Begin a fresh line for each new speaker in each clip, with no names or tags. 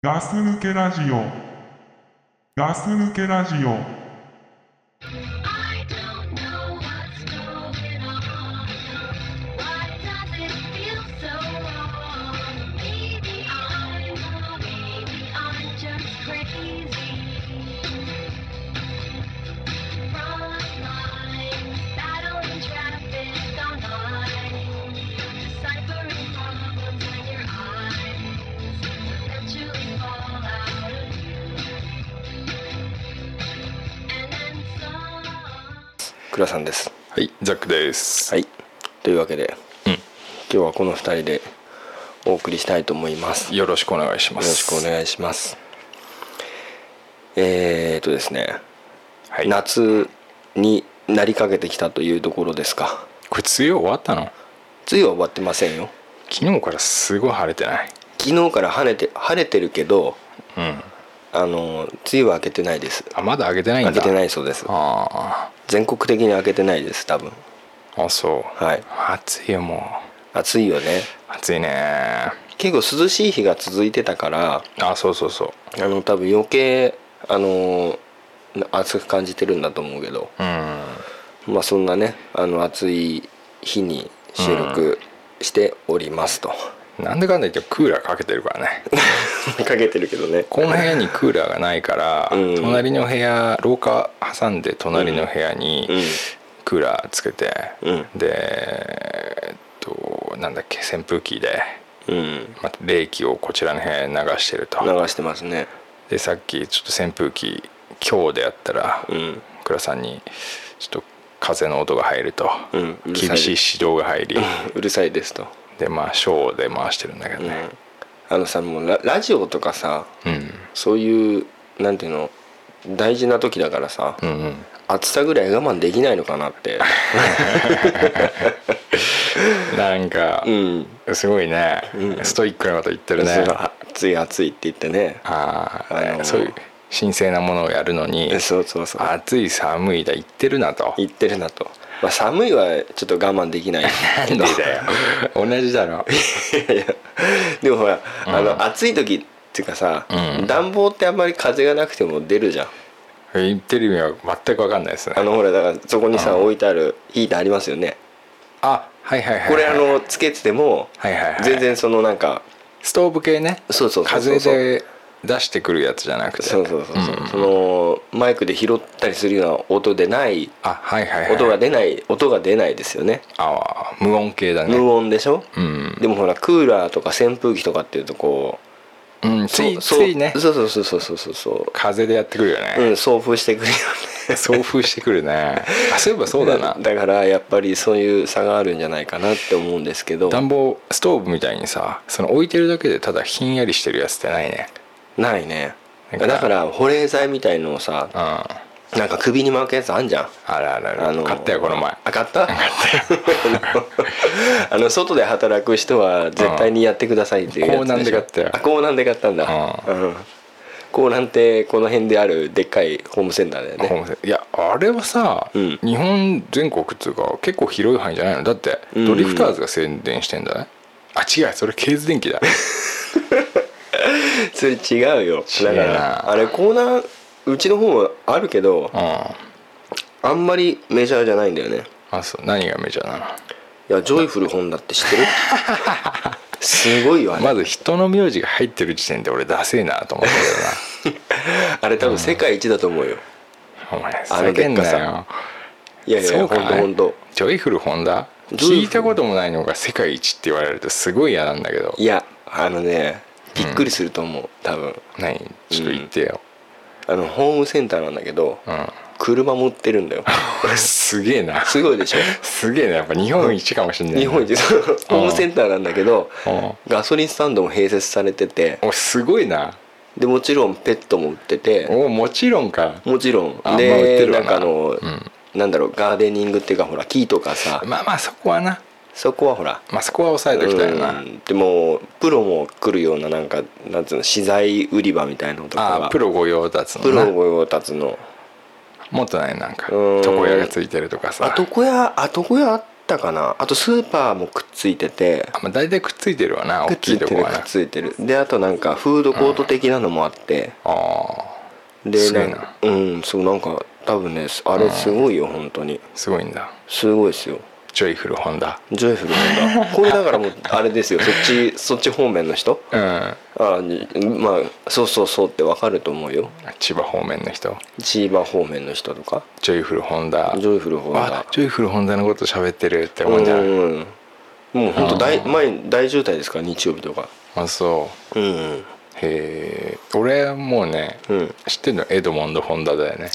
ガス抜けラジオ。ガス抜けラジオ。
I don't know what's going on. Why does it feel so wrong? Maybe I'm wrong, maybe I'm just crazy. Front lines, battling traffic online, deciphering problems in your eyes, eventually fall out of and then some.
倉さんです
はい、ザックです。
はいというわけで、
うん
今日はこの2人でお送りしたいと思いますよ
よろしくお願いしま
ろ
す。
しくお願いしますえー、とですね、
はい。
夏になりかけてきたというところですか
これ梅雨終わったの？
梅雨は終わってませんよ
昨日からすごい晴れてない。
昨日から晴れて晴れてるけど
うん。
あの梅雨は明けてないです
あまだ上げてないんだ。。
明けてないいそうです
あ
全国的に明けてないです多分
あ。あそう。
はい
暑いよも
暑いよね
う。暑いね。
結構涼しい日が続いてたから
あそうそうそう。
あの多分余計あのな暑く感じてるんだと思うけど、
うん。
まあそんなねあの暑い日に収録しておりますと、
なんでかんだ言ってクーラーかけてるからね。
かけてるけどね
この部屋にクーラーがないから、
うん
隣の部屋廊下挟んで隣の部屋に
うん
クーラーつけて、
う
でえっとなんだっけ扇風機で。
うん
また冷気をこちらの部屋に流してると
流してますね
でさっきちょっと扇風機今日でやったら、
うん
倉さんにちょっと風の音が入ると、
うんうるさい
厳しい指導が入り、
うるさいですと、
でまあショーで回してるんだけど
うん
ね、
あのさもうララジオとかさ
うん、
そういうなんていうの大事な時だからさ、
うんうん
暑さぐらい我慢できないのかなって、
なんか
う、ん、
すごいね、ストイックなこと言ってるね
そう暑い暑いって言ってね
ああ、
あのー
そういう神聖なものをやるのに
そうそうそう
暑い寒いだ言ってるなと
言ってるなと、まあ、寒いはちょっと我慢できないけど
なんでだよ 同じ だろ
いやいやでもほら、あの暑い時っていうかさ、
うん
暖房ってあんまり風がなくても出るじゃん
言ってる意味は全く分かんないですね
あのほらだからそこにさ、置いてあるヒーターありますよね
あはいはいはいはい
これあのつけてても、
はいはいはい
全然そのなんか
ストーブ系ね
そうそうそうそう
風で出してくるやつじゃなくて
そうそうそうそう、
ん
そのマイクで拾ったりするような音でない
あはいはいはい
音が出ない音が出ないですよね
あ無音系だね
無音でしょ、
うん
でもほらクーラーとか扇風機とかっていうとこう
うんついつ
そう
いね
そうそうそうそうそうそうそう
風でやってくるよ
う
ね
ん、送風してくるよね
送風してくるねあそういえば そうだな
だからやっぱりそういう差があるんじゃないかなって思うんですけど
暖房ストーブみたいにさその置いてるだけでただひんやりしてるやつってないね
ないね
なんか
だから保冷剤みたいのをさ
うんあ
なんか首に巻くやつあんじゃん
らあらあら、
あの
買ったよこの前
あ買った あのあの外で働く人は絶対にやってくださいっていうやつ
うん高難で買ったよ
あ高難で買ったんだ
う
うん高難ってこの辺であるでっかいホームセンターだよ
ホー
ね
ムセンいやあれはさ、
うん
日本全国っつうか結構広い範囲じゃないのだって
うん
ドリフターズが宣伝してんだね、あ違うそれケーズ電機 だ
それ違うよ
違う
だ
な
からあれ高難うちの方もあるけど
うん
あんまりメジャーじゃないんだよね
あそう何がメジャーなの
いやジョイフル本だって知って るすごいよあれ,、
まず人の名字が入ってる時点で俺ダセえなと思った
あれ多分世界一だと思うよ、
けどなお前
あの
ふざけ
でっ
ん
か
な
さ
よ
いやいや
そ
ほ
う
んと
かい
ほんと
ジョイフルホンダ
ジョイフル
聞いたこともないのが世界一って言われるとすごい嫌なんだけど
いやあのねびっくりすると思う、多分
何ちょっと言ってよ、
あのホームセンターなんだけど、
うん
車も売ってるんだよ
すげえな
すごいで しょ
すげえなやっぱ日本一かもしんないね、
日本一そうホームセンターなんだけど
うん
ガソリンスタンドも併設されてて
おすごいな
でもちろんペットも売ってて
おもちろんか
もちろん
あまあ売って
で
るわ
なん
な
かあの、
うん
なんだろうガーデニングっていうかほら木とかさ
まあまあそこはな
そこはほら
まあそこは抑えておきたいよな、
うんでもプロも来るようななんかなんつうの資材売り場みたいなのとか
あ
が
あプロ御用達
プ
の
ロ
な
御用達の
もっとないなんか
うん
床屋がついてるとかさ
あ床屋あ床屋あっったかなあとスーパーもくっついてて
あまあ、大体くっついてるわな
く
大
っつ
きい
いて
とこ
る
は
くっ
な
ついてるであとなんかフードコート的なのもあって、
あ
です
ご
ないん
な
かうんそうなんか多分ねあれすごいよ本当に
ーすごいんだ
すごいですよ
ジョイフルホンダ
ジョイフルなんだこれだからもうあれですよそっちそっち方面の人
うん
あにまあそうそうそうってわかると思うよ
千葉方面の人
千葉方面の人とか
ジョイフルホンダ
ジョイフルホンダ
あジョイフルホンダのこと喋ってるって思
う
うんじゃない
んもう本当大
あー
前に大渋滞ですから日曜日とか
あそう
うん
へえ俺はもうね、
うん
知ってるのエドモンド・ホンダだよね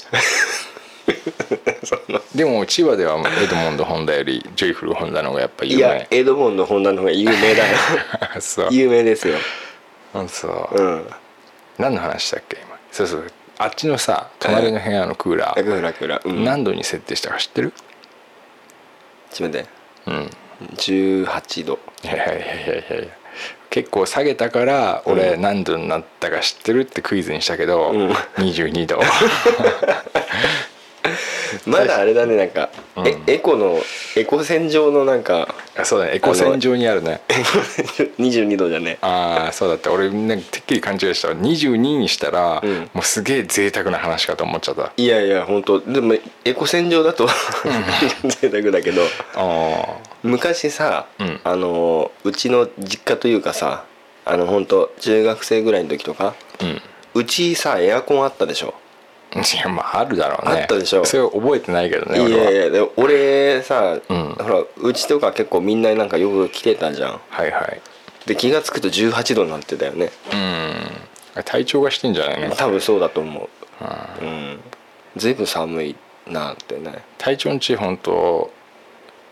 でも千葉ではエドモンド・ホンダよりジョイフル・ホンダの方がやっぱ有
いや
名
エドモンのホンダの方が有名 だよ
あそう
有名ですよ
あそう、
うん
何の話だっけ今そうそうあっちのさ隣の部屋のクーラ
ラク
ー、
フラクフラうん
何度に設定したか知ってる
ちょっと待って
うん
18度
いやいやいやいやいや結構下げたから俺
う
何度になったか知ってるってクイズにしたけど、
うん
22度
まだあれだねなんか、
うん
えエコのエコ線上のなんか
あそうだねエコ線上にあるね
22度じゃね
ああそうだって俺なんかてっきり勘違いした22にしたら、
うん
もうすげえ贅沢な話かと思っちゃった
いやいや本当でもエコ線上だと贅沢だけど
あ
昔さ、
うん
あのうちの実家というかさあの本当中学生ぐらいの時とか
あうん
うちさエアコンあったでしょ
いやまああるだろうね
あったでしょ
それは覚えてないけど
い
ね
やい
俺は
やでも俺さ、
うん
ほらうちとか結構みんななんかよく来てたじゃん
はいはい
で気が付くと18度になってたよね
うん体調がしてんじゃないの
多分そうだと思う
うん
うんずいぶん寒いなってね
体調の地本当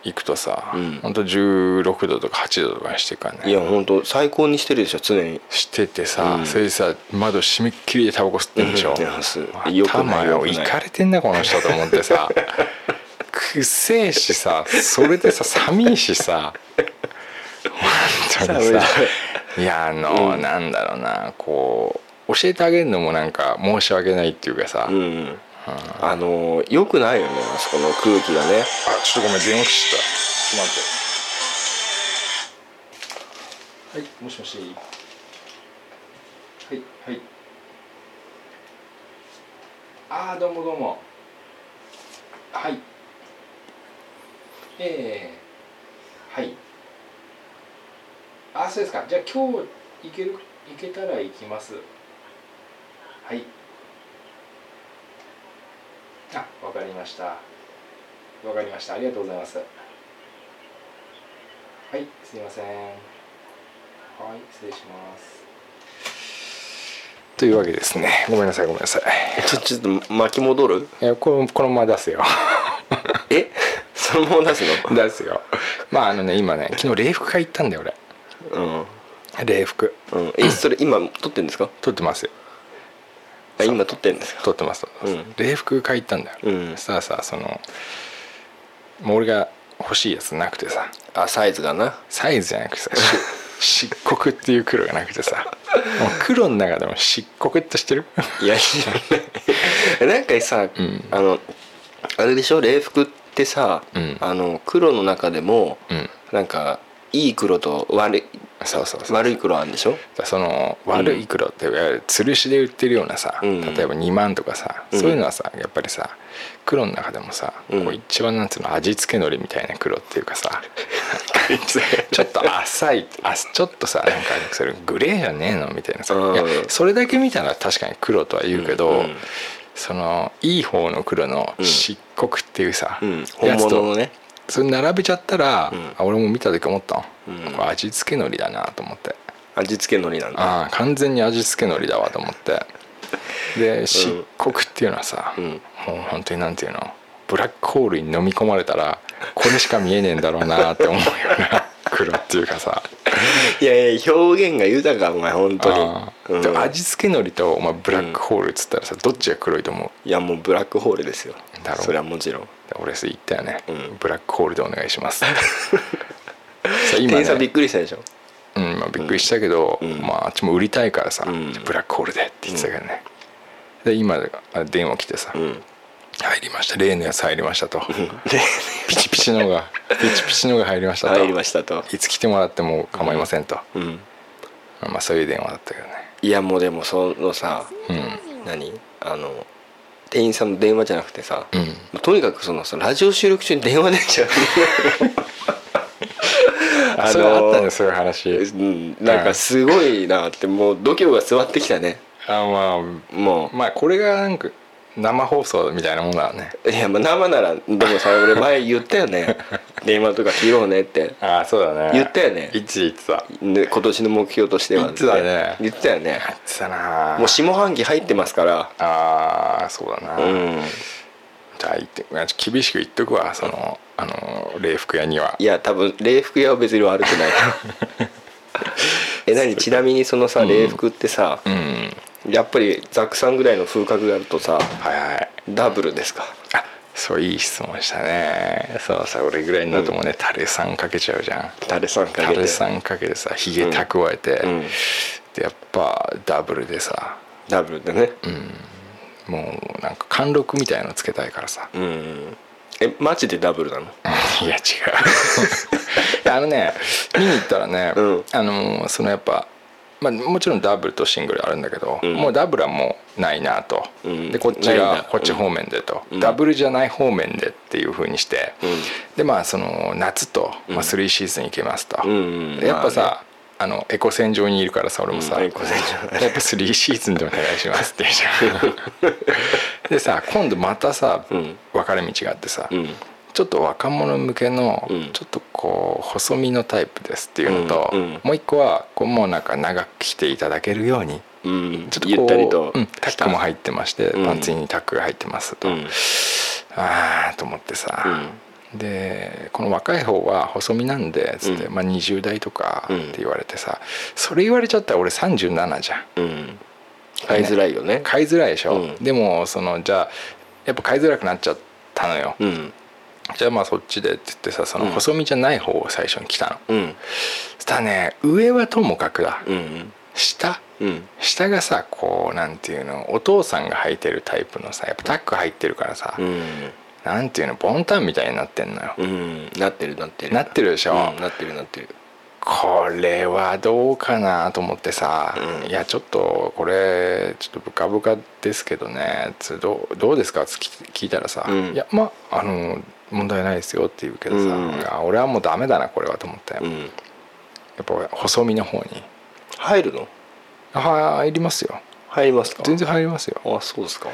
行くとさ、
うん
本当16度とか8度とかにしてるからね
いや本当最高にしてるでしょ常に
しててさ、
うん
それでさ窓閉めっきりでタバコ吸ってるでし
う
ょ、
んいや吸う
頭
よくないよくない
いかれてんなこの人と思っ てさくっせえしさそれでさ寒いしさ本当に
寒い
さ
ね
いやあの、
うん
なんだろうなこう教えてあげるのもなんか申し訳ないっていうかさ、
うん、あのよくないよねあそこの空気がね
あちょっとごめん電話切ったちょっと待ってはいもしもしはいはいああどうもどうもはいええはいあそうですかじゃあ今日行ける行けたら行きますはいあわかりましたわかりました。ありがとうございます。はい、すいません。はい、失礼します。というわけですね。ごめんなさい、ごめんなさい。
ちょちょっと巻き戻る
いや、この、このまま出すよ。
え そのまま出す
出すよ。まあ、あのね、今ね、昨日礼服買い行ったんだよ、
の
俺。礼服。
うん、うん、えそれ今撮ってんですか
撮ってます。
あ今撮ってんですか
撮ってます。撮ってます
うん
礼服買い行ったんだよ。
うん
さあさあ、その。もう俺が欲しいやつなくてさ。
あサイズがな
サイズじゃなくてさし漆黒っていう黒がなくてさもう黒の中でも漆黒って知ってる
いやいや なんかさ、
ん
あのあれでしょ礼服ってさ、
うん
あの黒の中でも、
うん
なんかいい黒と悪い
そうそうそう
悪い黒あるんでしょ
その悪い黒っていわゆる吊るしで売ってるようなさ、
うん
例えば2万とかさ、
うん
そういうのはさやっぱりさ黒の中でもさ、
うん
こう一番なんつうの味付けのりみたいな黒っていうかさ ちょっと浅いあちょっとさなんかそれグレーじゃねえのみたいなさ、
うん
いやそれだけ見たら確かに黒とは言うけど、
うんうん
そのいい方の黒の漆黒っていうさ、
うん、
や
本
つと
物のね
それ並べちゃったら、
うん
あ俺も見た時思ったの、
うん
これ味付けのりだなと思って。
味付けのりなんだ
ああ完全に味付け海苔だわと思ってで漆黒っていうのはさ、
うん
もう本当になんていうのブラックホールに飲み込まれたらこれしか見えねえんだろうなって思うような黒っていうかさ
いやいや表現が豊かお前本当
あ
に、
ー
うん
でも味付け海苔と、まあ、ブラックホールっつったらさどっちが黒いと思う
いやもうブラックホールですよ
だろう
それはもちろん
で俺それ言ったよね、
うん
ブラックホールでお願いしま すさあ
店
今
員さんび
ね
っくりしたでしょ
うんまあ、びっくりしたけど、
うん
まあ、あっちも売りたいからさ、
うん
ブラックホールでって言ってたけどね、で今あ電話来てさ、
うん
入りました例のやつ入りましたとピチピチ のがピチピチのが入りましたと
入りましたと、
いつ来てもらっても構いませんと、
うん、
まあそういう電話だったけどね
いやもうでもそのさ
う
何あの店員さんの電話じゃなくてさ、
ん
とにかくそのそのラジオ収録中に電話出 ちゃう
あそれあったねそういう話
うんなんかすごいなってもう度胸が座ってきたね
あ
も
まあまあこれがなんか生放送みたいなもんだね
ういやまあ生ならでもさ俺前言ったよ ね電話とか切ろうねって
ああそうだね
言ったよね
一言ってた
ね今年の目標としては
言ってたね
言ってたよね
言ってたな
もう下半期入ってますから
ああそうだな、
うん
じゃあ言ってあちょ厳しく言っとくわそのあの礼服屋にはい
や多分礼服屋は別に悪くない え何ちなみにそのさ礼服ってさ、
うん
やっぱりザックさんぐらいの風格があるとさ
はいはい
ダブルですか
あそういい質問したねそうさ俺ぐらいになるともうね、タレさんかけちゃうじゃん
誰さんか
タ
けて
レさんかけてさひげ蓄えて、
うん
でやっぱダブルでさ
ダブルでね
もうなんか貫禄みたいのつけたいからさ、
うん、えマジでダブルなの
いや違ういやあのね見に行ったらね、
うん
あのそのやっぱ、まあ、もちろんダブルとシングルあるんだけど、
ん
もうダブルはもうないなと、
うん
でこっち
ないんだ
がこっち方面でと、
うん
ダブルじゃない方面でっていう風にして、
うん
でまあその夏と、まあ、3シーズン行けますと、
うん
でやっぱさ、
まあ
あのエコ船上にいるからさ俺もさ、
うんエコ船上
やっぱ3シーズンでお願いしますって言う じゃんでさ今度またさ、
うん
分かれ道があってさ、
うん
ちょっと若者向けの
うん
ちょっとこう細身のタイプですっていうのと、
うんうん
もう一個はこうもうなんか長く着ていただけるように
うん
ちょっと
ゆ
こう
ったりと
うんタックも入ってまして、
うん
パンツにタックが入ってますと、
うん
ああと思ってさ、でこの若い方は細身なんでつって、
うん
まあ、20代とかって言われてさそれ言われちゃったら俺37じゃん
うん買いづらいよね
買いづらいでしょ、
うん
でもそのじゃあやっぱ買いづらくなっちゃったのよ、
うん
じゃあまあそっちでって言ってさその
うん
細身じゃない方を最初に来たの、
うん
そしたらね上はともかくだ、
うん
下
うん
下がさこうなんていうのお父さんが履いてるタイプのさやっぱタック入ってるからさ、
うん
なんていうのボンタンみたいになってんのよ、
うんなってるなってる
なってるでしょ
うんなってるなってる
これはどうかなと思ってさ、
うん
いやちょっとこれちょっとブカブカですけどねつどうどうですかつき聞いたらさ「
うん
いやまああの問題ないですよ」って言うけどさ、
うん
いや俺はもうダメだなこれはと思って、
う
や
ん
っぱ細身の方に
入るの
「入りますよ
入りますか
全然入りますよ
あそうですか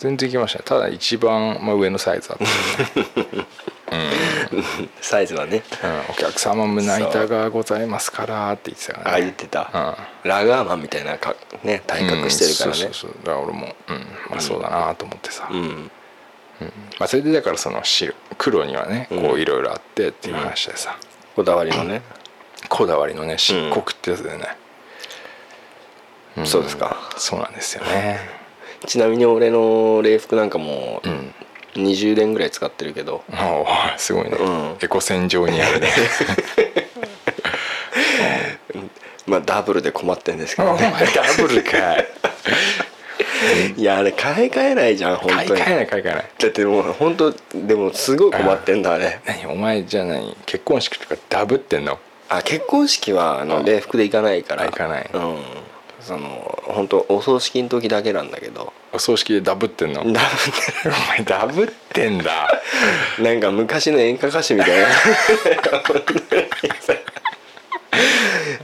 全然行きましたねただ一番、まあ、上のサイズだった
サイズはね
うんお客様胸板がございますからって言ってたから
あ
ね
言ってたラガーマンみたいなかね体格してるから
う
ね
んそうそうそうだから俺も、うんまあ、そうだなと思ってさ、
うん
まあ、それでだからその白黒にはね
うん
こういろいろあってっていう話でさ、
こだわりのね
こだわりのね漆黒ってやつでね、ん
そうですか
そうなんですよね
ちなみに俺の礼服なんかもう
うん
20年ぐらい使ってるけど
おーすごいね、
うん
エコ戦場にあ るね
まあダブルで困ってんですけ
お
ど
前
ね
ダブルかい
いやあれ買い替えないじゃん本
買い
当
替
に
え
だ
ない買い替えない
ってもう本当でもすごい困ってんだあれ
何お前じゃあ何結婚式とかダブってんの
あ結婚式はあ
う
の
ん
礼服で行かないから
あ行かない
うんその本当お葬式の時だけなんだけど
お葬式でダブってんのお
ダ
前ダブってんだ
ブなんか昔の演歌歌手みたいな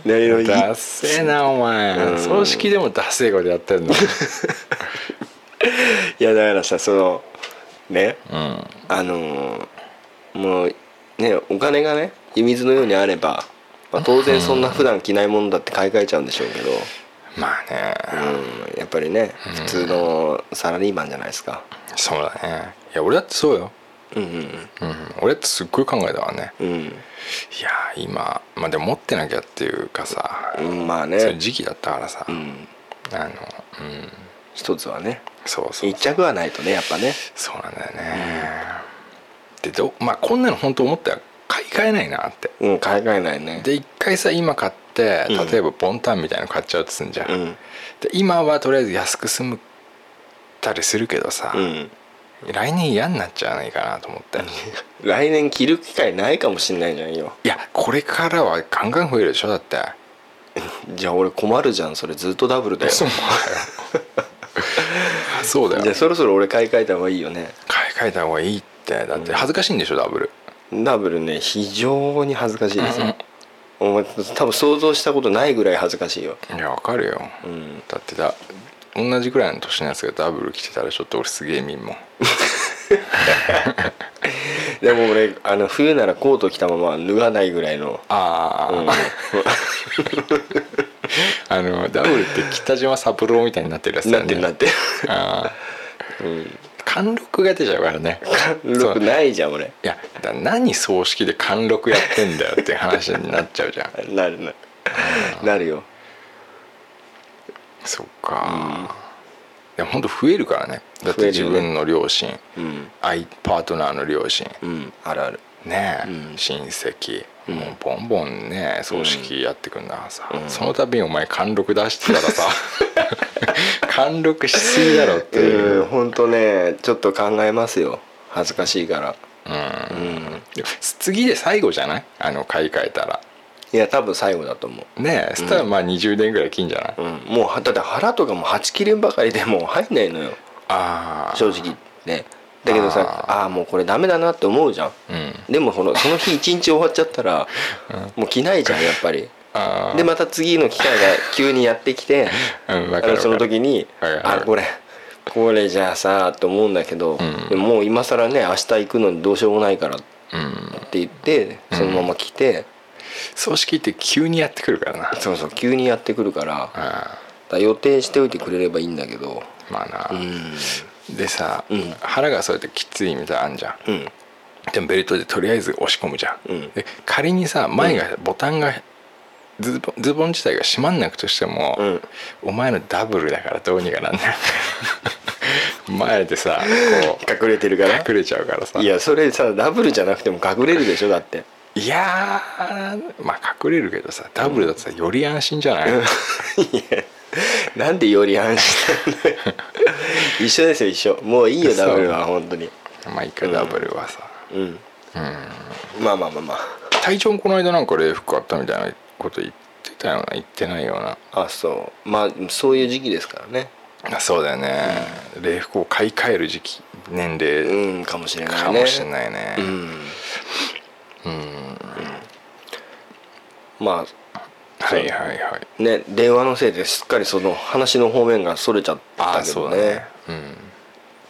何 のい
ダセえなお前、
うん
葬式でもダセえことやって んの
いやだからさそのね
うん
あのーもうねお金がね湯水のようにあれば、まあ、当然そんな普段着ないものだって買い替えちゃうんでしょうけど、
まあね、
うん、やっぱりね普通のサラリーマンじゃないですか
そうだねいや俺だってそうよ、
うん
うん、俺だってすっごい考えたわね
うんうん
いやー今まあでも持ってなきゃっていうかさ、
うんまあね
そういう時期だったからさ、
うん
あのうん
一つはね
そうそう
一着はないとねやっぱね
そうなんだよね、でどうまあこんなの本当思ったら買い替えないなって
うん買い替えないね
で一回さ今買って
うん
例えばボンタンみたいの買っちゃうとすんじゃん、
うん
で今はとりあえず安く済むたりするけどさ、
うん
来年嫌になっちゃわないかなと思って
来年着る機会ないかもしんないじゃんよ
いやこれからはガンガン増えるでしょだって
じゃあ俺困るじゃんそれずっとダブルだよ
そうだよ そう
じ
だ
ゃあ
よ
そろそろ俺買い替えた方がいいよね
買い替えた方がいいってだって恥ずかしいんでしょダブル
ダブルね非常に恥ずかしいですよ、お前多分想像したことないぐらい恥ずかしいよ
いやわかるよ、
ん
だってだ同じぐらいの年のやつがダブル着てたらちょっと俺すげえ見んもん
でも俺あの冬ならコート着たまま脱がないぐらいの、
ああ、
うん
あのダブルって北島三郎みたいになってるやつだ
な
よ
ってる
ね
なってる
ああ貫禄が出ちゃうからね
ロックないじゃん俺
いやだ何葬式で貫禄やってんだよっていう話になっちゃうじゃ ん
なるなるなるよ
そっか、いやほんと増えるからねだって
増える
自
よね
分の両親、
うん
愛パートナーの両親
うんあるある
ねえ、
うん
親戚
うん
もうボンボンね葬式やってくんだからさ、
うん
その度にお前貫禄出してた らさ貫禄しすぎだろっていう、
うん本当ねちょっと考えますよ恥ずかしいから
うん
うん
で次で最後じゃないあの買い替えたら
いや多分最後だと思う
ねえそしたらまあ20年ぐらい金じゃない、
うん、もうはだって腹とかも8切れんばかりでもう入んないのよ
ああ
正直ねだけどさああーもうこれダメだなって思うじゃん
うん
でもそのその日一日終わっちゃったら、もう着ないじゃんやっぱり
あ
でまた次の機会が急にやってき て
あうんわ
あ
か
の
るわか
そ
る
の時に
わかるわか
あ
る
これこれじゃあさと思うんだけど、
ん
でももう今更ね明日行くのにどうしようもないからっ
うん
て言ってそのまま着て、
葬式って急にやってくるからな
そうそう急にやってくるからだか
あ
ら予定しておいてくれればいいんだけど
ーまあ
う
な、
ん
でさ、
うん
腹がそうやってきついみたいなのあんじゃん
うん
でもベルトでとりあえず押し込むじゃん、
うん
で仮にさ前がボタンが、ズボンズボン自体が閉まんなくとしても、
うん
お前のダブルだからどうにかなん ない前でさこう
隠れてるから
隠れちゃうからさ
いやそれさダブルじゃなくても隠れるでしょだ って
いやーまあ隠れるけどさダブルだとさより安心じゃない、
なんでより安心 なんだよ一緒ですよ一緒もういいよ
そう
ダブルは本当に
まあ一回ダブルはさ、
うん、まあまあまあま
隊長もこの間なんか礼服あったみたいなこと言ってたような言ってないような
ああそうまあそういう時期ですからね
あそうだよね、礼服を買い替える時期年齢、
うんかもしれないね
かもしれないね、
うんま
はいはいはい
あね電話のせいですっかりその話の方面がそれちゃったけどね
うん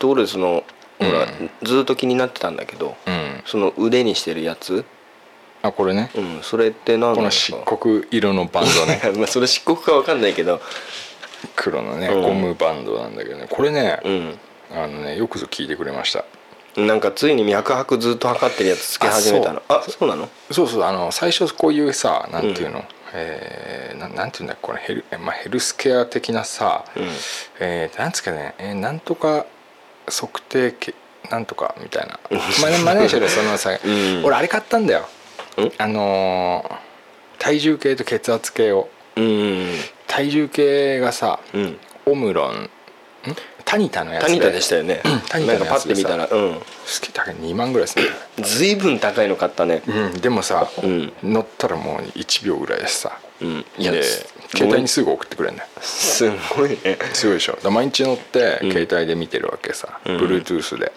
ところでそのほら、
うん
ずっと気になってたんだけど、
うん
その腕にしてるやつ、
あこれね、
うん、それって何な
こ
ん
の
です
漆
か
黒色のバンドね
まあそれ漆黒かわかんないけど
黒のね
うん
ゴムバンドなんだけどねこれね、
うん
あのねよくぞ聞いてくれました
なんかついに脈拍ずっと測ってるやつつけ始めたのあそうなの
そうそうあの最初こういうさなんていうの、えーななんていうんだっけこれヘル,、まあ、ヘルスケア的なさ、
うん
えーなんつうかね、えーなんとか測定けなんとかみたいなママネージャーでそのさ、
うん
俺あれ買ったんだよ
ん
あのー体重計と血圧計を
うん
体重計がさ
うん
オムロンんタニタのやつ
タニタでしたよね
タニタ
なんか
のや
パ
つ
ッて見
でさ
たらう
好きだけど2万ぐらいするんだよ
んずいぶん高いの買ったね
うん、でもさ、
うん
乗ったらもう1秒ぐらいでさ、
うんいや
で携帯にすぐ送ってくれんだよ
すごいね
すごいでしょだから毎日乗って
ん
携帯で見てるわけさ、
うん
Bluetooth で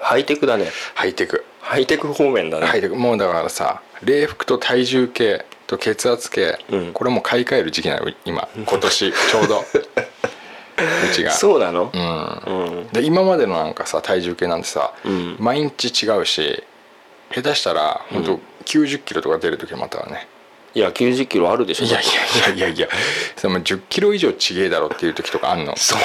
ハイテクだね
ハイテク
ハイテク方面だね
ハイテクもうだからさ礼服と体重計と血圧計、
うん
これもう買い替える時期なの今 今年ちょうどうちが
そうなの
うん
うん
で今までのなんかさ体重計なんてさ、
うん
毎日違うし下手したら本当九9 0キロとか出る時もあったわね、
いや90キロあるでしょ
いやいやいやいやいやその1 0キロ以上ちげえだろっていう時とかあんの
そう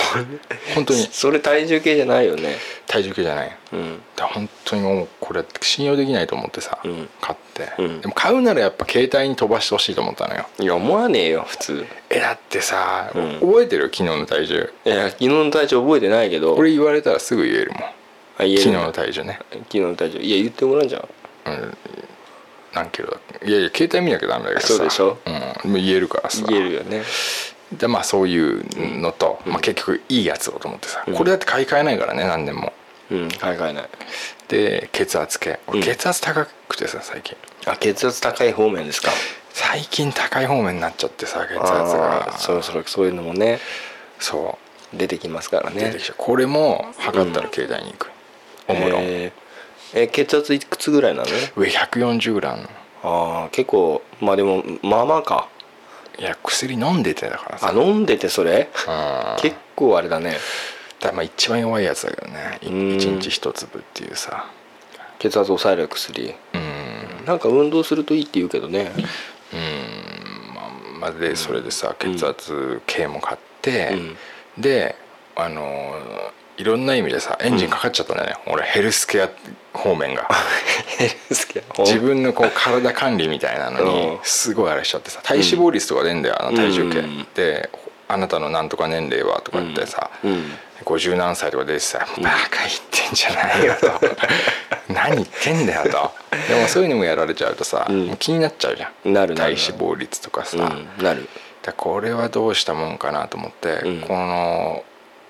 本当に
それ体重計じゃないよね
体重計じゃないだか
うん
ら本当にもうこれ信用できないと思ってさ、
うん
買って、
うん
でも買うならやっぱ携帯に飛ばしてほしいと思ったのよ
いや思わねえよ普通
えだってさ、
うん
覚えてる昨日の体重
いや昨日の体重覚えてないけど
俺言われたらすぐ言えるもん
あ言える
昨日
んだ
の体重ね
昨日の体重いや言ってもらうじゃん
何キロだっけいやいや携帯見なきゃダメだけどさ
そうでしょ、
うん、もう言えるからさ
言えるよね
でまあそういうのと、まあ、結局いいやつをと思ってさ、これだって買い替えないからね何年も、
うん買い替えない
で血圧計、
う
俺
ん
血圧高くてさ最近
あ血圧高い方面ですか
最近高い方面になっちゃってさ血圧
あ
が
ーそろそろそういうのもね
そ
出てきますから
う出て
ね
きちゃうこれも測ったら携帯に行く、おもろん
えーえ血圧いくつぐらいなの
上140ぐらいあんの
ああ結構まあでもまあまあか
いや薬飲んでてだから
あ
さ
飲んでてそれ
あ
結構あれだね
だまあ一番弱いやつだけどねい
うん
一日一粒っていうさ
血圧抑える薬
うん
なんか運動するといいって言うけどね
うんまあまあでそれでさ血圧計も買って、であのーいろんな意味でさエンジンかかっちゃったんだよね、俺ヘルスケア方面 が
ですけ ど
自分のこう体管理みたいなのに
うん
すごいあれしちゃってさ体脂肪率とか出んだよあの体重計、
うん
で「あなたのなんとか年齢は?」とか言ってさ、
うん
50何歳とか出てさ「バカ言ってんじゃないよ」と 「何言ってんだよ」とでもそういうのもやられちゃうとさ、
うん
もう気になっちゃうじゃん
なるな
体
る
脂肪率とかさ、
うんなる
だこれはどうしたもんかなと思って、
うん
この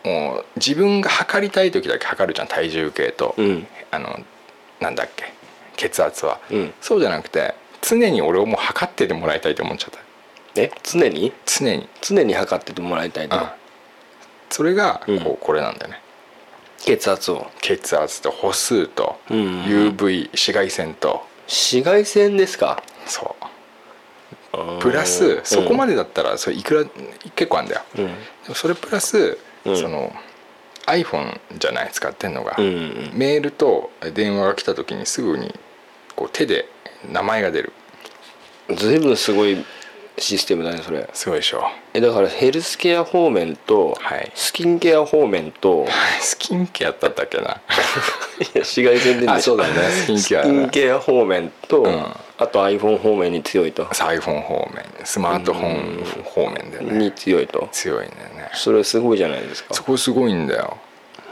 もう自分が測りたい時だけ測るじゃん体重計と、
うん
あのなんだっけ血圧は、
うん
そうじゃなくて常に俺をもう測っててもらいたいと思っちゃった
え常に
常に、
常に測っててもらいたいと
うんそれがこう、
うん
これなんだよね
血圧を
血圧と歩数と
うん
UV 紫外線と
紫外線ですか
そうプラスそこまでだったらそれいくら結構あんだよ
で
でもそれプラス、
うん
その iPhone じゃない使ってんのが、
うんうん
メールと電話が来た時にすぐにこう手で名前が出る
ずいぶんすごいシステムだねそれ
すごいでしょ
えだからヘルスケア方面と
はい
スキンケア方面 と
スキンケアだったっけ な
紫外線で
あそうだねスキンケアだね
スキンケア方面と
うん
あと iPhone 方面に強いと
さ iPhone 方面スマートフォン方面だよね
に強いと
強いんだよね
それすごいじゃないですか
そこすごいんだよ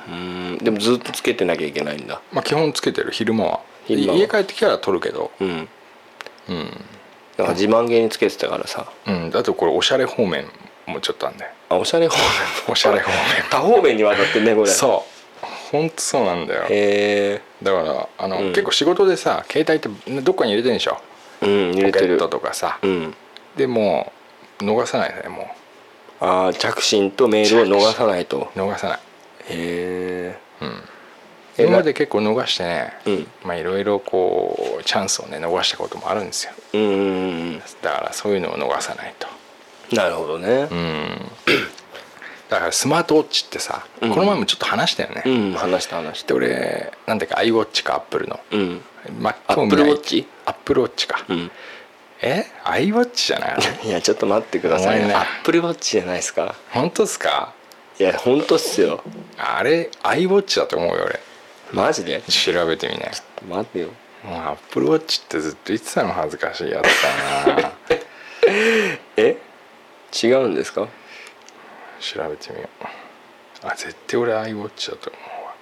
うんでもずっとつけてなきゃいけないんだ
まあ基本つけてる昼間は
昼間は
家帰ってきたら撮るけど
うん
うん
だから自慢げにつけてたからさ
うんだとこれおしゃれ方面もちょっとあんだよ
あおしゃれ方面
おしゃれ方面
多方面にわたってねこれう
そうほんとそうなんだよ
へえ
だからあの、
うん
結構仕事でさ携帯ってどっかに入れてるでしょ
うん入
ポ
れ
ケ
て
ッ
る
トとかさ、
うん
でもう逃さないねも
ああ着信とメールを逃さないと
う逃さない
へえ
今まで結構逃してね、
うん
まあいろいろこうチャンスをね逃したこともあるんですよ
うんうんうんうん
だからそういうのを逃さないと
なるほどね
うんだからスマートウォッチってさ、
うん
この前もちょっと話したよね、
うん話した話し
で
た
俺なんだっけ iWatch か Apple の、
うん
まあ
Apple Watch？
アップルウォッチか、
うん
え iWatch じゃない
いやちょっと待ってください
お前ね
アップルウォッチじゃないですか
本当っすか
いや本当っすよ
あれ iWatch だと思うよ俺
マジで
調べてみね
待ってよ
もうアップルウォッチってずっと言ってたの恥ずかしいやつだな
え違うんですか
調べてみようあ絶対俺 iWatch だと思うわ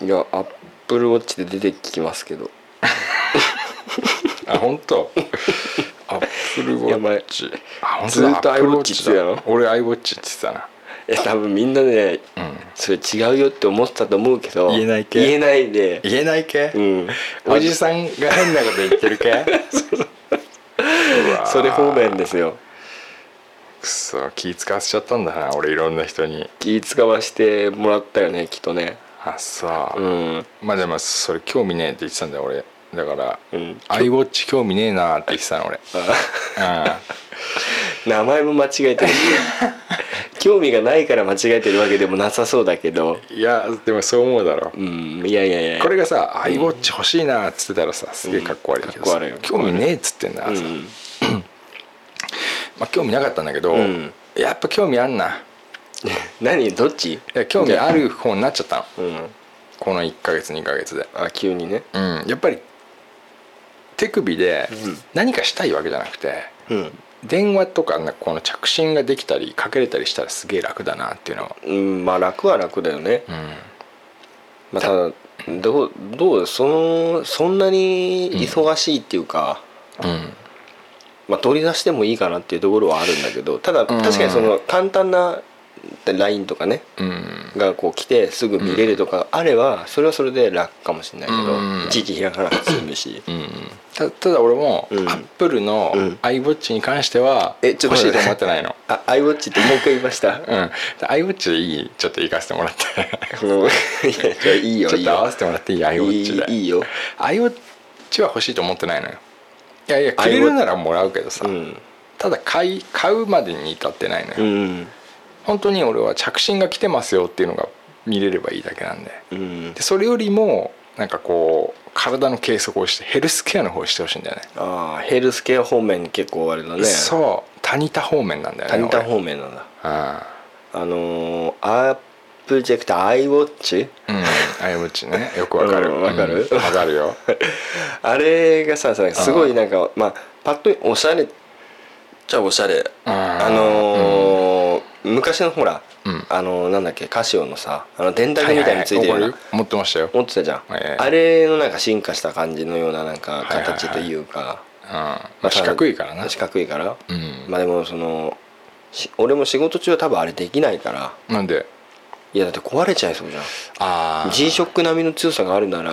いやアップルウォッチで出てきますけど
あ本当 アップルウォ
やば
ッ
い
チあ本当だ
ずっと
Apple
iWatch って言ってた
だ俺 iWatch って言って
え多分みんなね
たなうん
それ違うよって思ってたと思うけど
言えない系
言えないで
言えない系、
うん
おじさんが変なこと言ってる 系うわー
それ方面ですよ
くそ気使わせちゃったんだな俺いろんな人に
気使わしてもらったよねきっとね
あそうう、
ん
まあでもそれ興味ねえって言ってたんだよ俺だから、
うん
iWatch 興味ねえなって言ってたの俺あ
名前も間違えてるし 興味がないから間違えてるわけでもなさそうだけど
いやでもそう思うだろ
うんいやいやいや
これがさ「iWatch 欲しいな」っつってたらさすげえかっこ悪いけどさ
うんかっこ悪いよ
興味ねえっつってんだ
う
からさ、
ん
まあ、興味なかったんだけど、
うん
やっぱ興味あんな
何どっち
いや興味ある方になっちゃったの
うん
この1ヶ月2ヶ月で、
あ急にね
うん、やっぱり手首で何かしたいわけじゃなくて
うん
電話とかなんかこの着信ができたりかけれたりしたらすげえ楽だなっていうのは、
うんまあ楽は楽だよね
うん、
まあただどうどうそのそんなに忙しいっていうか、
うん、
まあ、取り出してもいいかなっていうところはあるんだけどただ確かにその簡単なで LINE とかね
うん
がこう来てすぐ見れるとかあればそれはそれで楽かもしれないけど、
うん
いちいち開かなくて済むし、
うんたただ俺もア
うん
ップルの
うん
iWatch に関しては
えちょっと
欲し
待って
いと思ってないの
あ iWatch ってもう一回言いました
うん iWatch でいいちょっと行かせてもらって
あのいやじゃあいいよ
ちょ
い
っ
い
と合わ
よ
せてもらっていい iWatch
いい
で
いいよ
iWatch は欲しいと思ってないのよいやいやくれるならもらうけどさ、
うん
ただ買い買うまでに至ってないのよ、
うん
本当に俺は着信が来てますよっていうのが見れればいいだけなんで
うん
でそれよりもなんかこう体の計測をしてヘルスケアの方をしてほしいんだよね
ああヘルスケア方面結構あれだね
そうタニタ方面なんだよね
タニタ
面
方面なんだ
あ
あのー、アップじゃなくて iWatch
あうん iWatch ねよくわかる
うんわかる
うんわかる よ
あれがささすごいなんかまあパッと見おしゃれっちゃおしゃれ
あ
あのー昔のほら、
うん
あのーなんだっけカシオのさあの電
ー
卓みたいについてるような、
はいはいはい持ってましたよ
持ってたじゃん、
ええ
あれのなんか進化した感じのようななんか
はいはいはい
形というか、
うんまあ四角いからな
四角いから、
うん
まあでもそのし俺も仕事中は多分あれできないから
なんで
いやだって壊れちゃいそうじゃん
ああ
G ショック並みの強さがあるな ら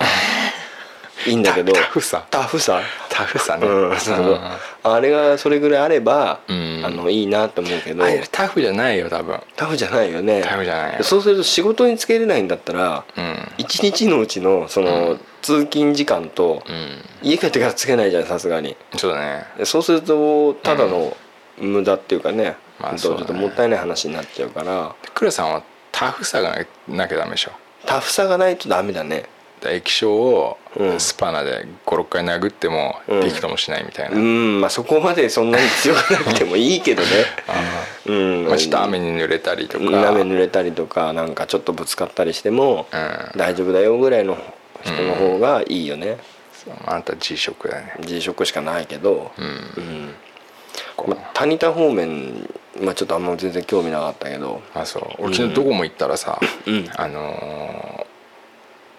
いいんだけど
タタフさ
タフさ
タフさね
うんそうそうあれがそれぐらいあれば、
うん
あのいいなと思うけど
あれタフじゃないよ多分
タフじゃないよね
タフじゃないよ
そうすると仕事につけれないんだったら
うん
一日のうちのその、
うん
通勤時間と
うん
家帰ってからつけないじゃんさすがに
そうだね
でそうするとただの無駄っていうかね,、
まあ
ほんと
そうだ
ちょっ
ね
ともったいない話になっちゃうから
クラさんはタフさがななきゃダメでしょ
タフさがないとダメだね
だから液晶を
うん
スパナで56回殴っても
うん
びくともしないみたいな、
うんまあそこまでそんなに強くなくてもいいけどねうん、
まあ、ちょっと雨に濡れたりとか、
うん雨濡れたりとかなんかちょっとぶつかったりしても
うん
大丈夫だよぐらいの人の方がいいよね、
あんた G ショックだね
G ショックしかないけど、
うん、
うん
こう
まあ、タニタ方面、まあ、ちょっとあんま全然興味なかったけど
あそう俺昨日どこも行ったらさ、
うん
あの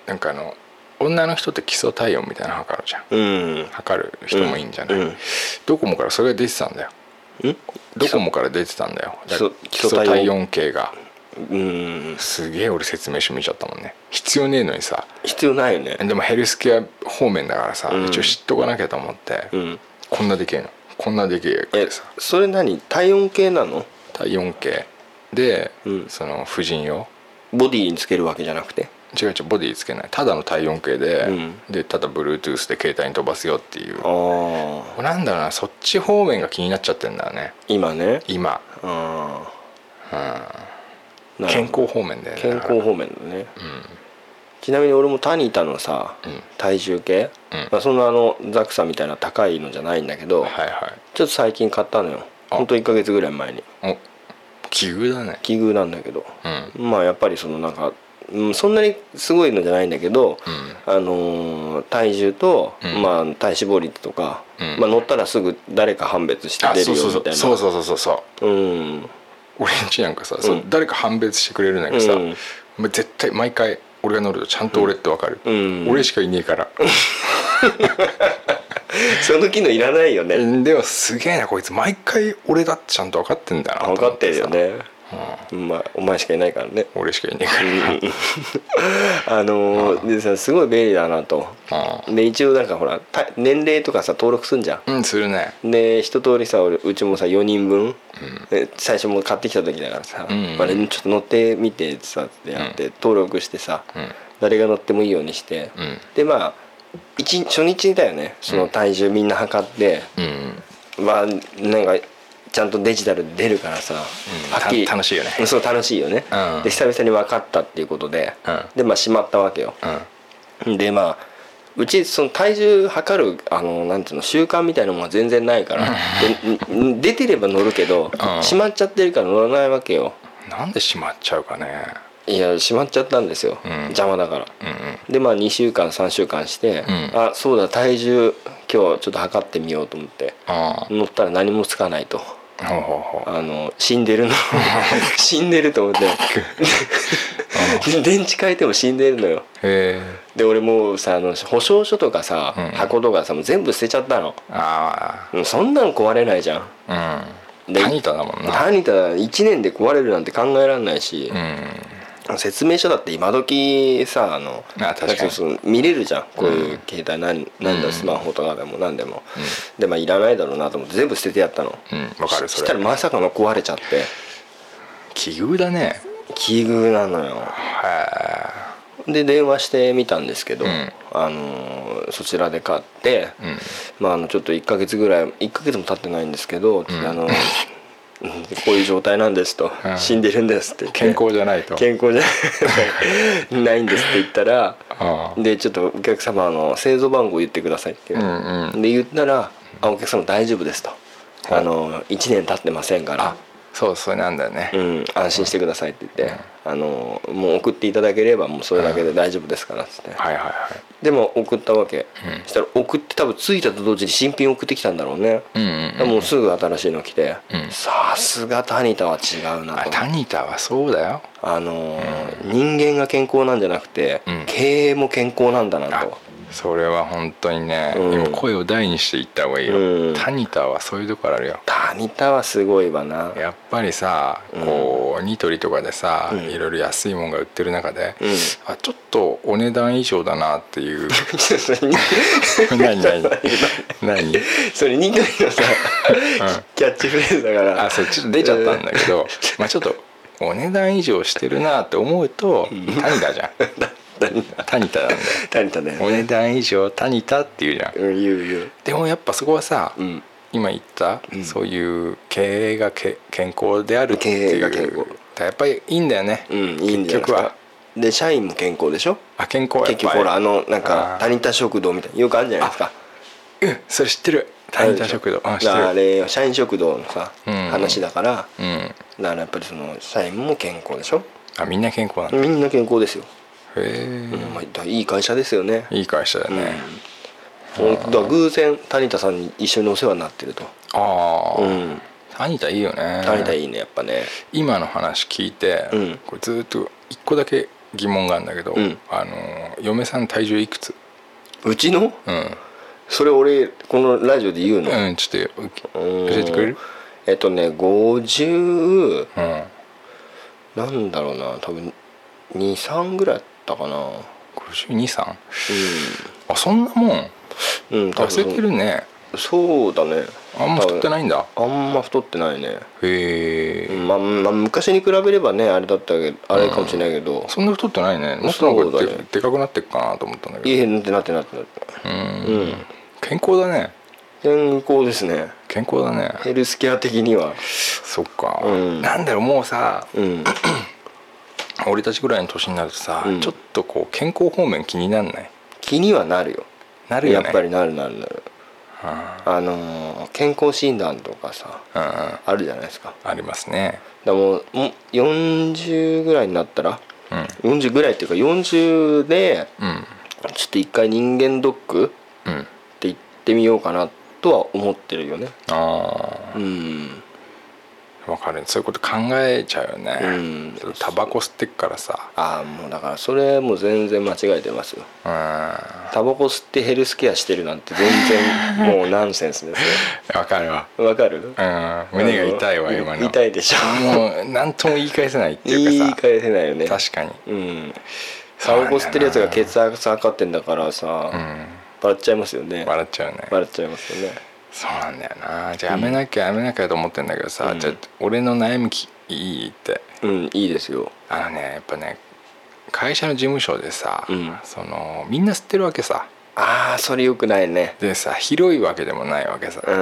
ーなんかあの女の人って基礎体温みたいなの測るじゃん
うん
測る人もいいんじゃない、
うんうん
ドコモからそれが出てたんだよ
ん
ドコモから出てたんだよだから
基
基
礎
礎
体温
体温計が
うん
すげえ俺説明書見ちゃったもんね必要ねえのにさ
必要ないよね
でもヘルスケア方面だからさ、
うん
一応知っとかなきゃと思って、
うん
こんなでけえのこんなでけえやつ
え
でさ
それ何体温計なの
体温計で、
うん
その婦人用
ボディにつけるわけじゃなくて
違う違うボディつけないただの体温計で、
うん
でただ Bluetooth で携帯に飛ばすよっていう
ああ
なんだろうなそっち方面が気になっちゃってんだよね
今ね
今、
あ
うん、
あ
健康方面だよね
健康方面だね、ちなみに俺もタニタのさ、
うん
体重計、
うん
まあ、そんなあのザクサみたいな高いのじゃないんだけど、
はいは
ちょっと最近買ったのよ
あ
ほんと1ヶ月ぐらい前に
いお奇遇だね
奇遇なんだけど、
うん
まあやっぱりそのなんか、うん、そんなにすごいのじゃないんだけど、あのー体重と、
うん
まあ、体脂肪率とか、
うん
まあ、乗ったらすぐ誰か判別して
あ
出
そ
る
う
よ
そう
み
う
た
そ
いな
うそうそうそうそう
うん
俺んちなんかさ、そう
うん
誰か判別してくれるんだけどさ、
うん
ま絶対毎回俺が乗るとちゃんと俺ってわかる、
うん
俺しかいねえから、
その機能いらないよね
でもすげえなこいつ毎回俺だってちゃんと分かってんだな
分
と
か
思
ってる
さ
よね、まあお前しかいないからね
俺しかいねえか ら、
あのーでさすごい便利だなとで一応なんかほらた年齢とかさ登録すんじゃん
うん、うん、するね
で一通りさ俺うちもさ4人分、で最初も買ってきた時だからさ「
うん
まあ、ちょっと乗ってみて」ってさってやって、登録してさ、
うん
誰が乗ってもいいようにして、
うん
でまあ一日初日だよねその体重みんな測って、
うん
まあなんかちゃんとデジタルで出るからさ、
んた楽しいよね
そう楽しいよね、
うん
で久々に分かったっていうことで、
うん
でまあしまったわけよ、
うん
でまあうちその体重測るあのなんていうの習慣みたいなものは全然ないからでんん出てれば乗るけど
ん
しまっちゃってるから乗らないわけよ
なんでしまっちゃうかね
いやしまっちゃったんですよ、
うん
邪魔だから
うんうん
でまあ2週間3週間して、
うん
あそうだ体重今日ちょっと測ってみようと思って
あ
乗ったら何もつかないと
あほうほうほう
あの死んで るの死んでると思って 電池変えても死んでるのよ
へ
で俺もうさあの保証書とかさ、
うん
箱とかさもう全部捨てちゃったの
えあ
うんそんなん壊れないじゃん
あうん
で
タニタだもんな
タニタ1年で壊れるなんて考えられないし
う、ん
説明書だって今時さあの
あ確かに
だってその見れるじゃんこういう携帯なん、なんだスマホとかでも何でも、でまあいらないだろうなと思って全部捨ててやったの、
うんわ
し
かるそれ
したらまさかの壊れちゃって
奇遇だね
奇遇なのよ
は
で電話してみたんですけど、
うん
あのーそちらで買って、
いうん
まあ、あのちょっと1ヶ月ぐらい1ヶ月も経ってないんですけど、
ん
あのうん こういう状態なんですと、
うん
死んでるんですって言って
健康じゃないと
健康じゃ ないないんですって言ったら
ああ
でちょっとお客様の製造番号言ってくださいって、
うんうん
で言ったら「あお客様大丈夫です」と「あの1年経ってませんから
あ」そうそうなんだよね
うん「安心してください」って言って、あの「もう送っていただければもうそれだけで大丈夫ですから」っつって、
はいはいはい
でも送ったわけ、
うん
したら送って多分着いたと同時に新品送ってきたんだろうね、
うんうんうん
もうすぐ新しいの来て、
うん
さすがタニタは違うな
あ
と
タニタはそうだよ
あのー人間が健康なんじゃなくて、
うん
経営も健康なんだな
あ
と
それは本当にね、
うん
今声を大にして言った方がいいよ、
うん
タニタはそういうところあるよ
タニタはすごいわな
やっぱりさ、こうニトリとかでさ、
うん
いろいろ安いもんが売ってる中で、
うん
あちょっとお値段以上だなって いう何何何
それニトリのさ、キャッチフレーズだから
あそれちょっと出ちゃったんだけど、まあちょっとお値段以上してるなって思うと、タニタじゃんタニタなんだ
え
よ
ータニタだよ
お
ね
値段以上タニタっていうじゃん
うん言う言う
でもやっぱそこはさ、
うん
今言った、
うん
そういう経営がけ健康であるっていう
経営が健康
だからやっぱりいいんだよね、
うんいいんじゃないです
結局は
かで社員も健康でしょ
あ健康はやっぱり
結局ほらあのなんか
あー
タニタ食堂みたいなよくあるじゃないですか
うんそれ知ってるタニタ食堂
あ
あ
る
知
でしょだからあ
ってる
れよ社員食堂のさ、
うん
話だから
うん
だからやっぱりその社員も健康でしょ
あみんな健康なんだ、へ
みんな健康ですよ、うん
え、
まあ、だからいい会社ですよね
いい会社だよね、
うん、だから偶然谷田さんに一緒にお世話になってると、
ああ、
うん、
タニタいいよね
谷田いいねやっぱね
今の話聞いて、
うん
これずーっと一個だけ疑問があるんだけど、
うん
あのー嫁さん体重いくつ
うちの
うん、
それ俺このラジオで言うの、
うん、ちょっと
う
教
ん
えてくれる
えっとね50
うん
なんだろうな多分23ぐらいだったかな
523あそんなもん
うん、うん、多
痩
分
せてるね
そうだね
あんま太ってないんだ
多分あんま太ってないね、
へえ
まあ、まあ昔に比べればねあれだったけどあれかもしれないけど、
そんな太ってないねもっとなん
そ
か
う
で,、
だね
でかくなってっかなと思ったんだ
い
け
いってなってなってなって
どうん
うん
健康だね
健康ですね
健康だね
ヘルスケア的には
そっか、
うん
なんだろうもうさ
うん
俺たちぐらいの年になるとさ、
うん
ちょっとこう健康方面気になんない
気にはなるよ
なるよね
やっぱりなるなるなる
あ
あのー健康診断とかさ
うんうん
あるじゃないですか
ありますね
だからもうもう40ぐらいになったら
うん
40ぐらいっていうか40で
うん
ちょっと一回人間ドック
うん
って行ってみようかなとは思ってるよね
あ
うん
あわかるそういうこと考えちゃうよね、
うん
タバコ吸ってっからさ
ああもうだからそれもう全然間違えてますよ
うん
タバコ吸ってヘルスケアしてるなんて全然もうナンセンスです
わかるわ
よわかる
うん胸が痛いわ
あの
今の
痛いでしょ
もう何とも言い返せないって
言
い
いう
か
返せないよね
さ確かに
うんタ
そう
バ
なんだよな
コ吸ってるやつが血圧測ってんだからさ、
うん
笑っちゃいますよね
笑っちゃうね
笑っちゃいますよね
そうなんだよなじゃあやめなきゃやめなきゃと思ってんだけどさ、
うん
じゃあ俺の悩みきいいって
うんいいですよ
あのねやっぱね会社の事務所でさ、
うん
そのみんな吸ってるわけさ
ああそれよくないね
でさ広いわけでもないわけさ、
うん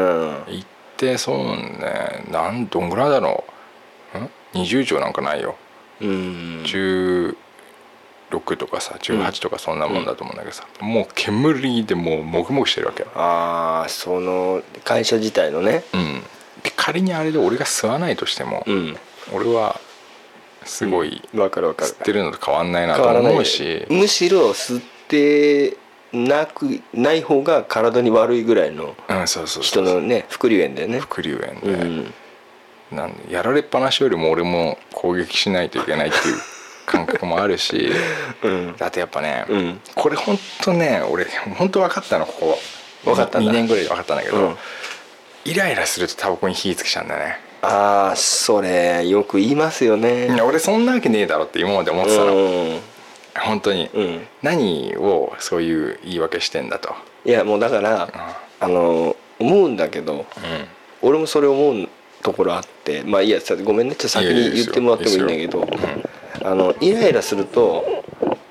行ってそうねなんどんぐらいだろうん20兆なんかないよ
うん
16とかさ18とかそんなもんだと思うんだけどさ、もう煙でもうもくもくしてるわけよ、
ああその会社自体のね
うん、で仮にあれで俺が吸わないとしても、
うん
俺はすごい
わかるわかる
吸ってるのと変わんないな
変
と
わらない
思うし、
むしろ吸ってなくない方が体に悪いぐらいの
うん、そうそうそ
人
う
のね副流炎でね
副流炎
う
で、
ん
なんでやられっぱなしよりも俺も攻撃しないといけないっていう感覚もあ るし
うん
だってやっぱね、
うん
これ本当ね俺本当分かったのここ
分かったんだ
2年ぐらいで分かったんだけど、
うん
イライラするとタバコに火つけちゃうんだよね
ああそれよく言いますよね
いや俺そんなわけねえだろって今まで思ってたの
うん
本当に
うん
何をそういう言い訳してんだと
いやもうだからあの思うんだけど
う
俺もそれ思うところあってまあいいやさごめんねちょっと先
いやいや
に
い
言っ
いですよ
てもらってもいいんだけど
いいですよ
あのイライラすると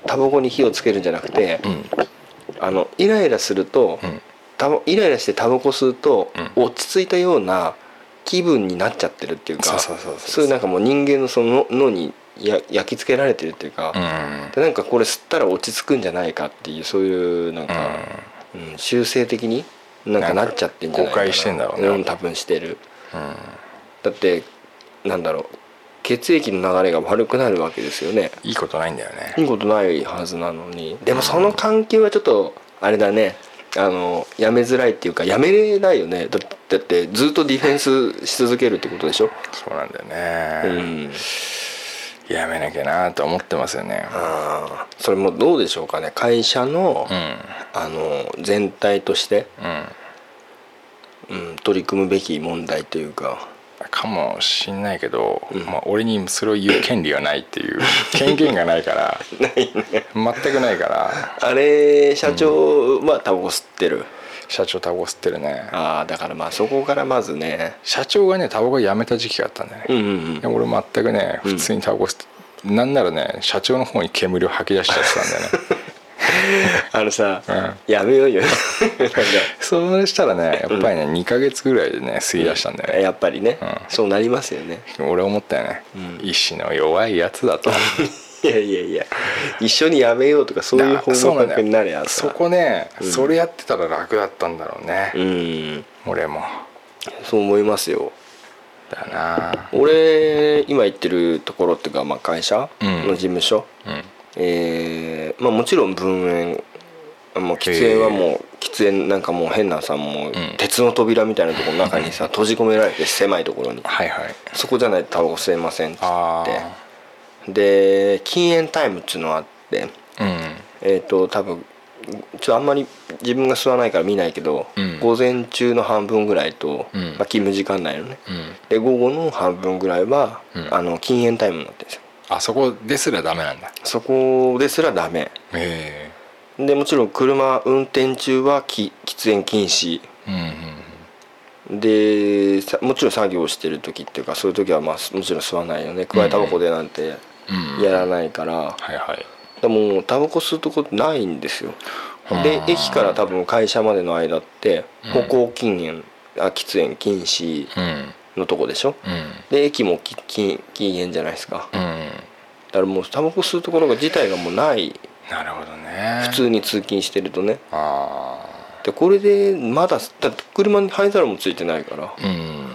タバコに火をつけるんじゃなくて、
んうん
あのイライラすると、
うん
タバイライラしてタバコ吸うと、
うん
落ち着いたような気分になっちゃってるっていうか
そうそうそうそう
そういうなんかもう人間のその脳にや焼き付けられてるっていうか、
うん
でなんかこれ吸ったら落ち着くんじゃないかっていうそういうなんか、うん修正的になんかなっちゃってんじゃないかな
なんか誤解してんだろうね
うん、多分してる
うん
だってなんだろう血液の流れが悪くなるわけですよね
いいことないんだよね
いいことないはずなのにでもその関係はちょっとあれだねあのやめづらいっていうかやめれないよねだだってずっとディフェンスし続けるってことでしょ
そうなんだ
う
よね、
ん
やめなきゃなと思ってますよね
あーそれもどうでしょうかね会社の,、
うん
あの全体として、
うん
うん、取り組むべき問題というか
かもしんないけど、
うん
まあ、俺にそれを言う権利はないっていう権限がな いから全くないから
あれ社長はタバコ吸ってる、
社長タバコ吸ってるね
ああだからまあそこからまずね
社長がねタバコやめた時期があったんだよね、
うんうん
でも俺全くね
うん
普通にタバコ吸って、なんならね社長の方に煙を吐き出しちゃってたんだよね
あのさ、
う
やめようよなんか
それしたらねやっぱりね2ヶ月ぐらいでね吸い出したんだよね、
やっぱりね、
うん
そうなりますよね
俺思ったよね、
うん
意志の弱いやつ だと
いやいやいや一緒にやめようとかそういう方
そうなんだ
角
よ
になれや
そこね、
うん
それやってたら楽だったんだろうね、
うん
俺も
そう思いますよ
だな
俺今行ってるところっていうか、まあ、会社
うん
の事務所、
うん
えーまあ、もちろん分煙あもう喫煙はもう喫煙なんかもう変なさもう鉄の扉みたいなところの中にさ閉じ込められて狭いところに
はいはい
そこじゃないとタバコ吸えませんっつ
あ
ってで禁煙タイムっつうのがあって
あうん
えっ、と多分ちょっとあんまり自分が吸わないから見ないけど、
うん
午前中の半分ぐらいと、
うん
まあ、勤務時間内のね
うん
で午後の半分ぐらいは、
うん
あの禁煙タイムになってるんですよ
あそこですらダメなんだ
そこですらダメ
へ
でもちろん車運転中はき喫煙禁止
えうんうん
でさもちろん作業してる時っていうかそういう時はまあすもちろん吸わないよね加えタバコでなんて
うんうん
やらないから、
はいはい
でもタバコ吸うとこないんですよで
はあ
駅から多分会社までの間って
うん
歩行禁煙、あ喫煙禁止
うん
のとこでしょ
うん
で駅もき禁禁煙じゃないですかだ
うん
からもうタバコ吸うところが自体がもうない
なるほどね
普通に通勤してるとね
あ
でこれでまだだって車に灰皿もついてないから
あうん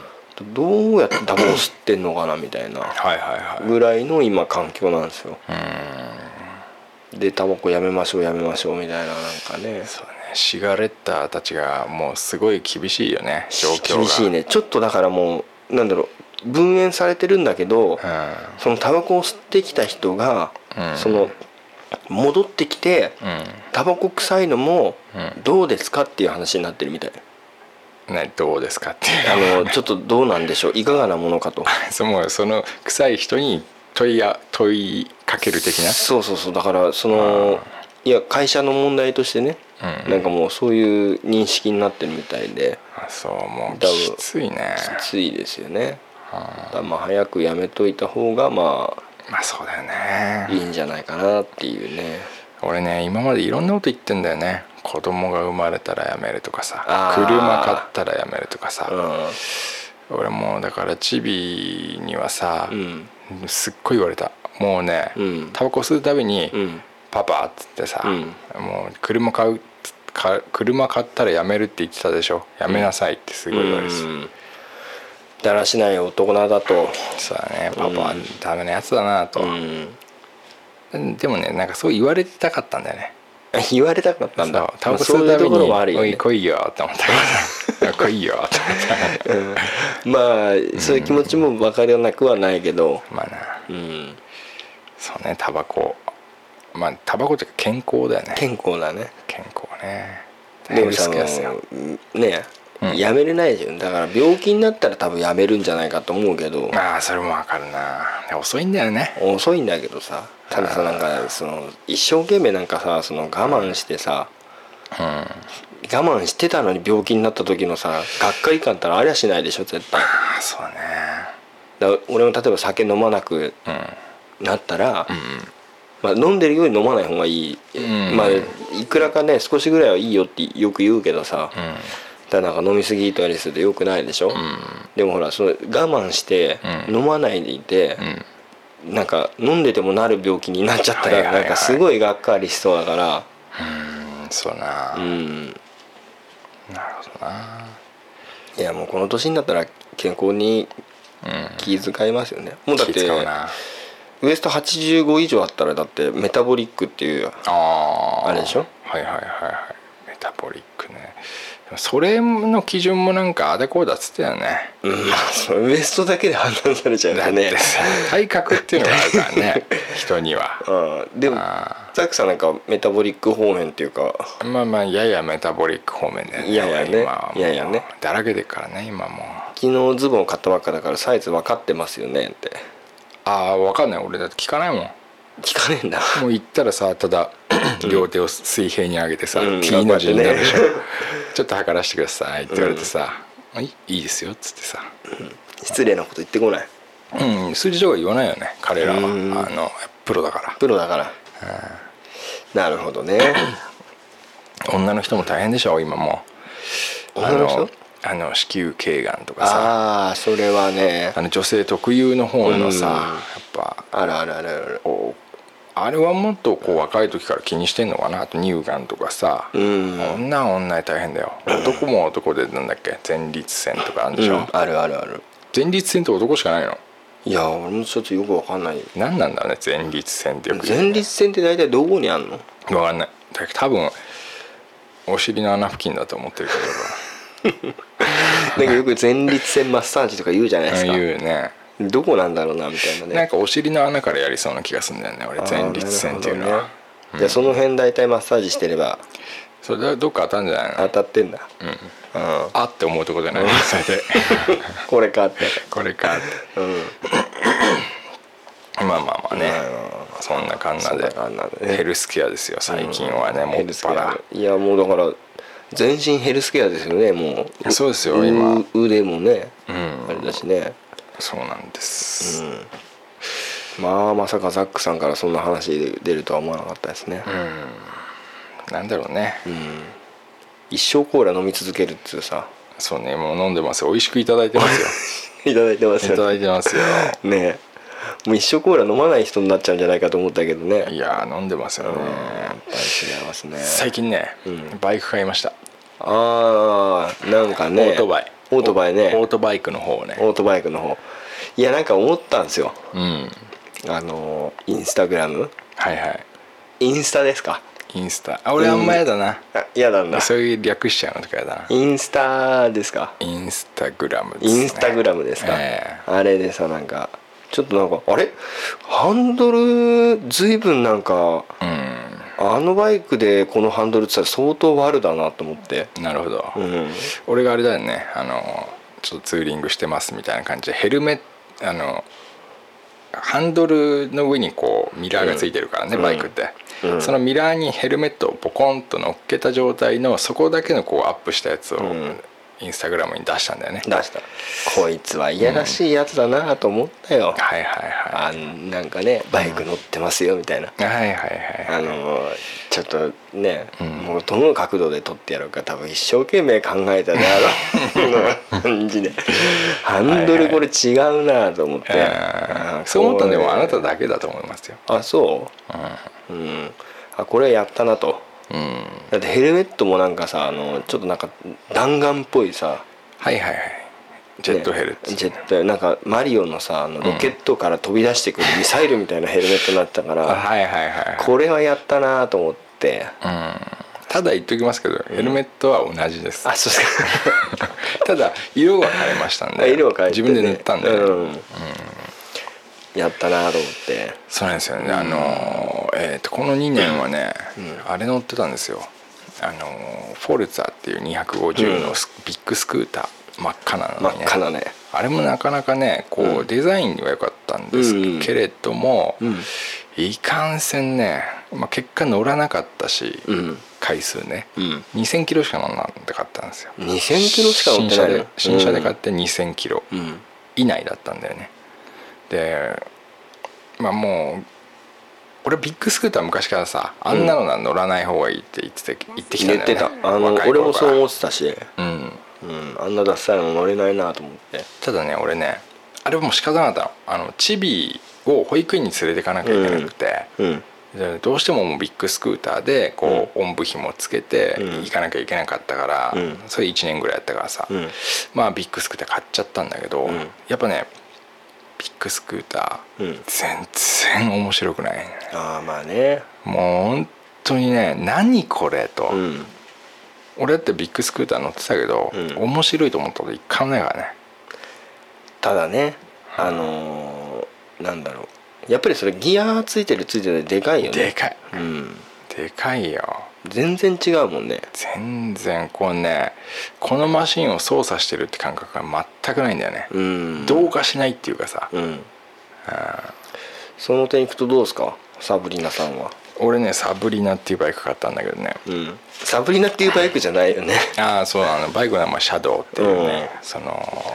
どうやってタバコ吸ってんのかなみたいな
はいはいはい
ぐらいの今環境なんですよ
うん
でタバコやめましょうやめましょうみたいななんかね
そうねシガレッターたちがもうすごい厳しいよね状況が
厳しいねちょっとだからもうなんだろう分煙されてるんだけど、
うん
そのタバコを吸ってきた人が、
うん
その戻ってきて、
う
タバコ臭いのも
うん
どうですかっていう話になってるみたい、
んねどうですかっていう
あ のちょっとどうなんでしょういかがなものかと
そのその臭い人に問いや問いかける 的な
そうそうそうだからそのいや会社の問題としてね、
うん
なんかもうそういう認識になってるみたいで
あそうもう
だう
きついね
きついですよねだ
は
からまあ早くやめといた方がま
あまあそうだよ
あい
ね
いんじゃないかなっていうね
俺ね今までいろんなこと言ってんだよね子供が生まれたらやめるとかさ
あー
車買ったらやめるとか
う
さ
ん
俺もうだからチビにはさ
うん
すっごい言われたもうね
うん
タバコ吸うたびに
うん
「パパ」っつってさ
うん
もう車買うか車買ったらやめるって言ってたでしょやめなさいってすごい言われてた
うんだらしない大人だと
そうだねパパ
う
は
ん
ダメなやつだなと
う、ん
でもねなんかそう言われてたかったんだよね
言われたかったんだ
そうタバコ
そう
吸う
いう
た
と
び
こ
に
ろもあるよ
お
ね
い来いよ」って思ったけど 来いよ」って
うんまあそういう気持ちも分かりなくはないけど
思ったまあ な
うん
そうねタバコまあタバコっていうか健康だよね
健康だね
健康ね
でも
ヘル
さ
スケアっすよ
ね
うん
やめれないじゃんだから病気になったら多分やめるんじゃないかと思うけど
ああそれもわかるなで遅いんだよね
遅いんだけどさたださなんかその一生懸命なんかさその我慢してさ
うん
我慢してたのに病気になった時のさがっかり感ったらありゃしないでしょ絶対
ああそうだね
だから俺も例えば酒飲まなく
うん
なったら、
う
まあ、飲んでるより飲まない方がいい、
うん
まあいくらかね少しぐらいはいいよってよく言うけどさ、
んうん
だからなんか飲み過ぎたりするとよくないでしょ、
うん
でもほらその我慢して
うん
飲まないでいて、
うん
なんか飲んでてもなる病気になっちゃった
はいはい
ら
はい
なんかすごいがっかりしそうだから
うんそうな、
うん
なるほどない
やもうこの年になったら健康に
うん
気遣いますよねもうだっ
気
て
使うな
ウエスト85以上あったらだってメタボリックっていう
あー
あれでしょ
はいはいはいはいメタボリックねでもそれの基準もなんかあだこうだっつってたよね
うんまあそのウエストだけで判断されちゃうよね
だってさ体格っていうのがあるからね人には
うんでも
あ
ザックさんなんかメタボリック方面っていうか
ーまあまあややメタボリック方面だよね
ややね
今はもう
ややね
だらけてるからね今もう
昨日ズボン買ったばっかだからサイズ分かってますよねって
ああ分かんない俺だって聞かないもん
聞かねえんだ
もう行ったらさ ただ両手を水平に上げてさ、
うん
T の字になるでしょ、
頑
ちょっと測らせてくださいって言われてさ、いいいですよっつってさ、
失礼なこと言ってこない
うん、数字とか言わないよね彼らはあ
うん
のプロだか
プロだからなるほど ね
ら女の人も大変でしょ今もう
女の人
あのあの子宮頸がんとかさ
ああそれはね
あの女性特有の方のさ
うん
やっぱ
あるあるあるある
こうあれはもっとこう若い時から気にしてんのかなあと乳がんとかさ、
うん
女は女で大変だよ男も男でなんだっけ前立腺とかあるんでしょ、
うんあるあるある
前立腺って男しかないの
いや俺もちょっとよく分かんない
何なんだろうね前立腺ってよく言う
前立腺って大体どこにあんの
分かんないだ多分お尻の穴付近だと思ってるけど
なんかよく前立腺マッサージとか言うじゃないです
俺
か
は言うね
どこなんだろうなみたいなね
なんかお尻の穴からやりそうな気がするんだよね俺
あー
前立腺っていうの
な
は、
るほどねじゃあその辺大体マッサージしてれば
それはどっか当たんじゃないの
当たってんだ
うん
うん
あって思うとこじゃないそ れで
これかって
これかって
うん
まあまあまあねそんな感じ
そんな
で
感じなんでね
ヘルスケアですよ最近はね、も
ヘ
っ
ルスケ
ぱ
ア
ら
いやもうだから全身ヘルスケアですよねもう
そうですよ今
う腕もね、
うん
あれだしね、
そうなんです、
まあまさかザックさんからそんな話で出るとは思わなかったですね、
なんだろうね、
一生コーラ飲み続けるっていうさ
そうねもう飲んでますよ美味しくいただい てますよ
いただいてます
いた
よ
だいてますよ
ねねえもう一生コーラ飲まない人になっちゃうんじゃないかと思ったけどね
いやー飲んでますよね
やっぱり違いますね
最近ね、
うん
バイク買いました、
ああなんかね
オートバイ
オートバイね
オートバイクの方をね
オートバイクの方いやなんか思ったんですよ
うん
あのーインスタグラム
はいはい
インスタですか
インスタあ俺あんまやだな、
あ嫌なんだ
そういう略しちゃうのとかやだな
インスタですか
インスタグラムです、ね、
インスタグラムですか、
ええ
あれでさなんかちょっとなんかあれハンドルずいぶんなんかあのバイクでこのハンドルって言ったら相当悪だなと思って
うんなるほど、
うん
俺があれだよねあのちょっとツーリングしてますみたいな感じでヘルメあのハンドルの上にこうミラーがついてるからね、
うん
バイクって、
うん
そのミラーにヘルメットをポコンと乗っけた状態のそこだけのこうアップしたやつを
ん
インスタグラムに出したんだよね、
出したこいつはいやらしいやつだなと思ったよ、
はいはいは
あんなんかねバイク乗ってますよみたいな、
いはいはいはいはい
あのーちょっとね、
うん
もうどの角度で撮ってやろうか多分一生懸命考えたね あの感じでハンドルこれ違うなと思って、
えーそう思ったのでもあなただけだと思いますよ、
あそ
うん
ううんあこれやったなと
うん、
だってヘルメットもなんかさあのちょっとなんか弾丸っぽいさ
はいはいはいジェットヘルっつう
ね
の
ジェットなんかマリオのさあのロケットから飛び出してくるミサイルみたいなヘルメットになってたか
あ
ら、
はいはいはい
これはやったなと思って
うんただ言っときますけど、ヘルメットは同じです
あそうですか
ただ色は変えましたん
あ
で
色を変えて、
自分で塗ったんで、
うんやったなと思って
そうなんですよねあのーえーとこの2年はね、あれ乗ってたんですよあのフォルツァっていう250のスビッグスクーター真っ赤な
真
の
っ
にね
赤なね
あれもなかなかねこう、
うん
デザインには良かったんですけれども、
うん
いかんせんね、まあ、結果乗らなかったし、
うん
回数ね
うん
2000キロしか乗らなかったんですよ
2000キロしか乗ってないね
新車で新車で買っ
うん
て2000キロ
うん
以内だったんだよねでまあもう俺ビッグスクーター昔からさあんなのなら乗らない方がいいって言ってて言ってきたん
言っ
だ
て
よね
たあの
若い
俺も
頃か
そう
ら
思ってたし、
うん
うん、あんなダサいの乗れないなと思って
ただね俺ねあれもう仕方なかったのあのチビを保育園に連れていかなきゃいけなくて、
うん
でどうしてももうビッグスクーターでこう、おんぶひもつけて
うん
行かなきゃいけなかったから、
うん
それ1年ぐらいやったからさ、
うん
まあビッグスクーター買っちゃったんだけど、
うん
やっぱねビッグスクーター、
うん
全然面白くないね
ああまあね
もう本当にね何これと、
うん
俺だってビッグスクーター乗ってたけど、
うん
面白いと思ったこと一回もないからね
ただねあのーなんだろうやっぱりそれギアついてるついてないでかいよね
でかい
うん
でかいよ
全然違うもんね
全然こうねこのマシンを操作してるって感覚が全くないんだよね、
うん
どうかしないっていうかさ、
うんその点いくとどうですかサブリナさんは
俺ねサブリナっていうバイク買ったんだけどね
うんサブリナっていうバイクじゃないよ ね
ああそうあのバイクの名前シャドウっていうね、
う
その、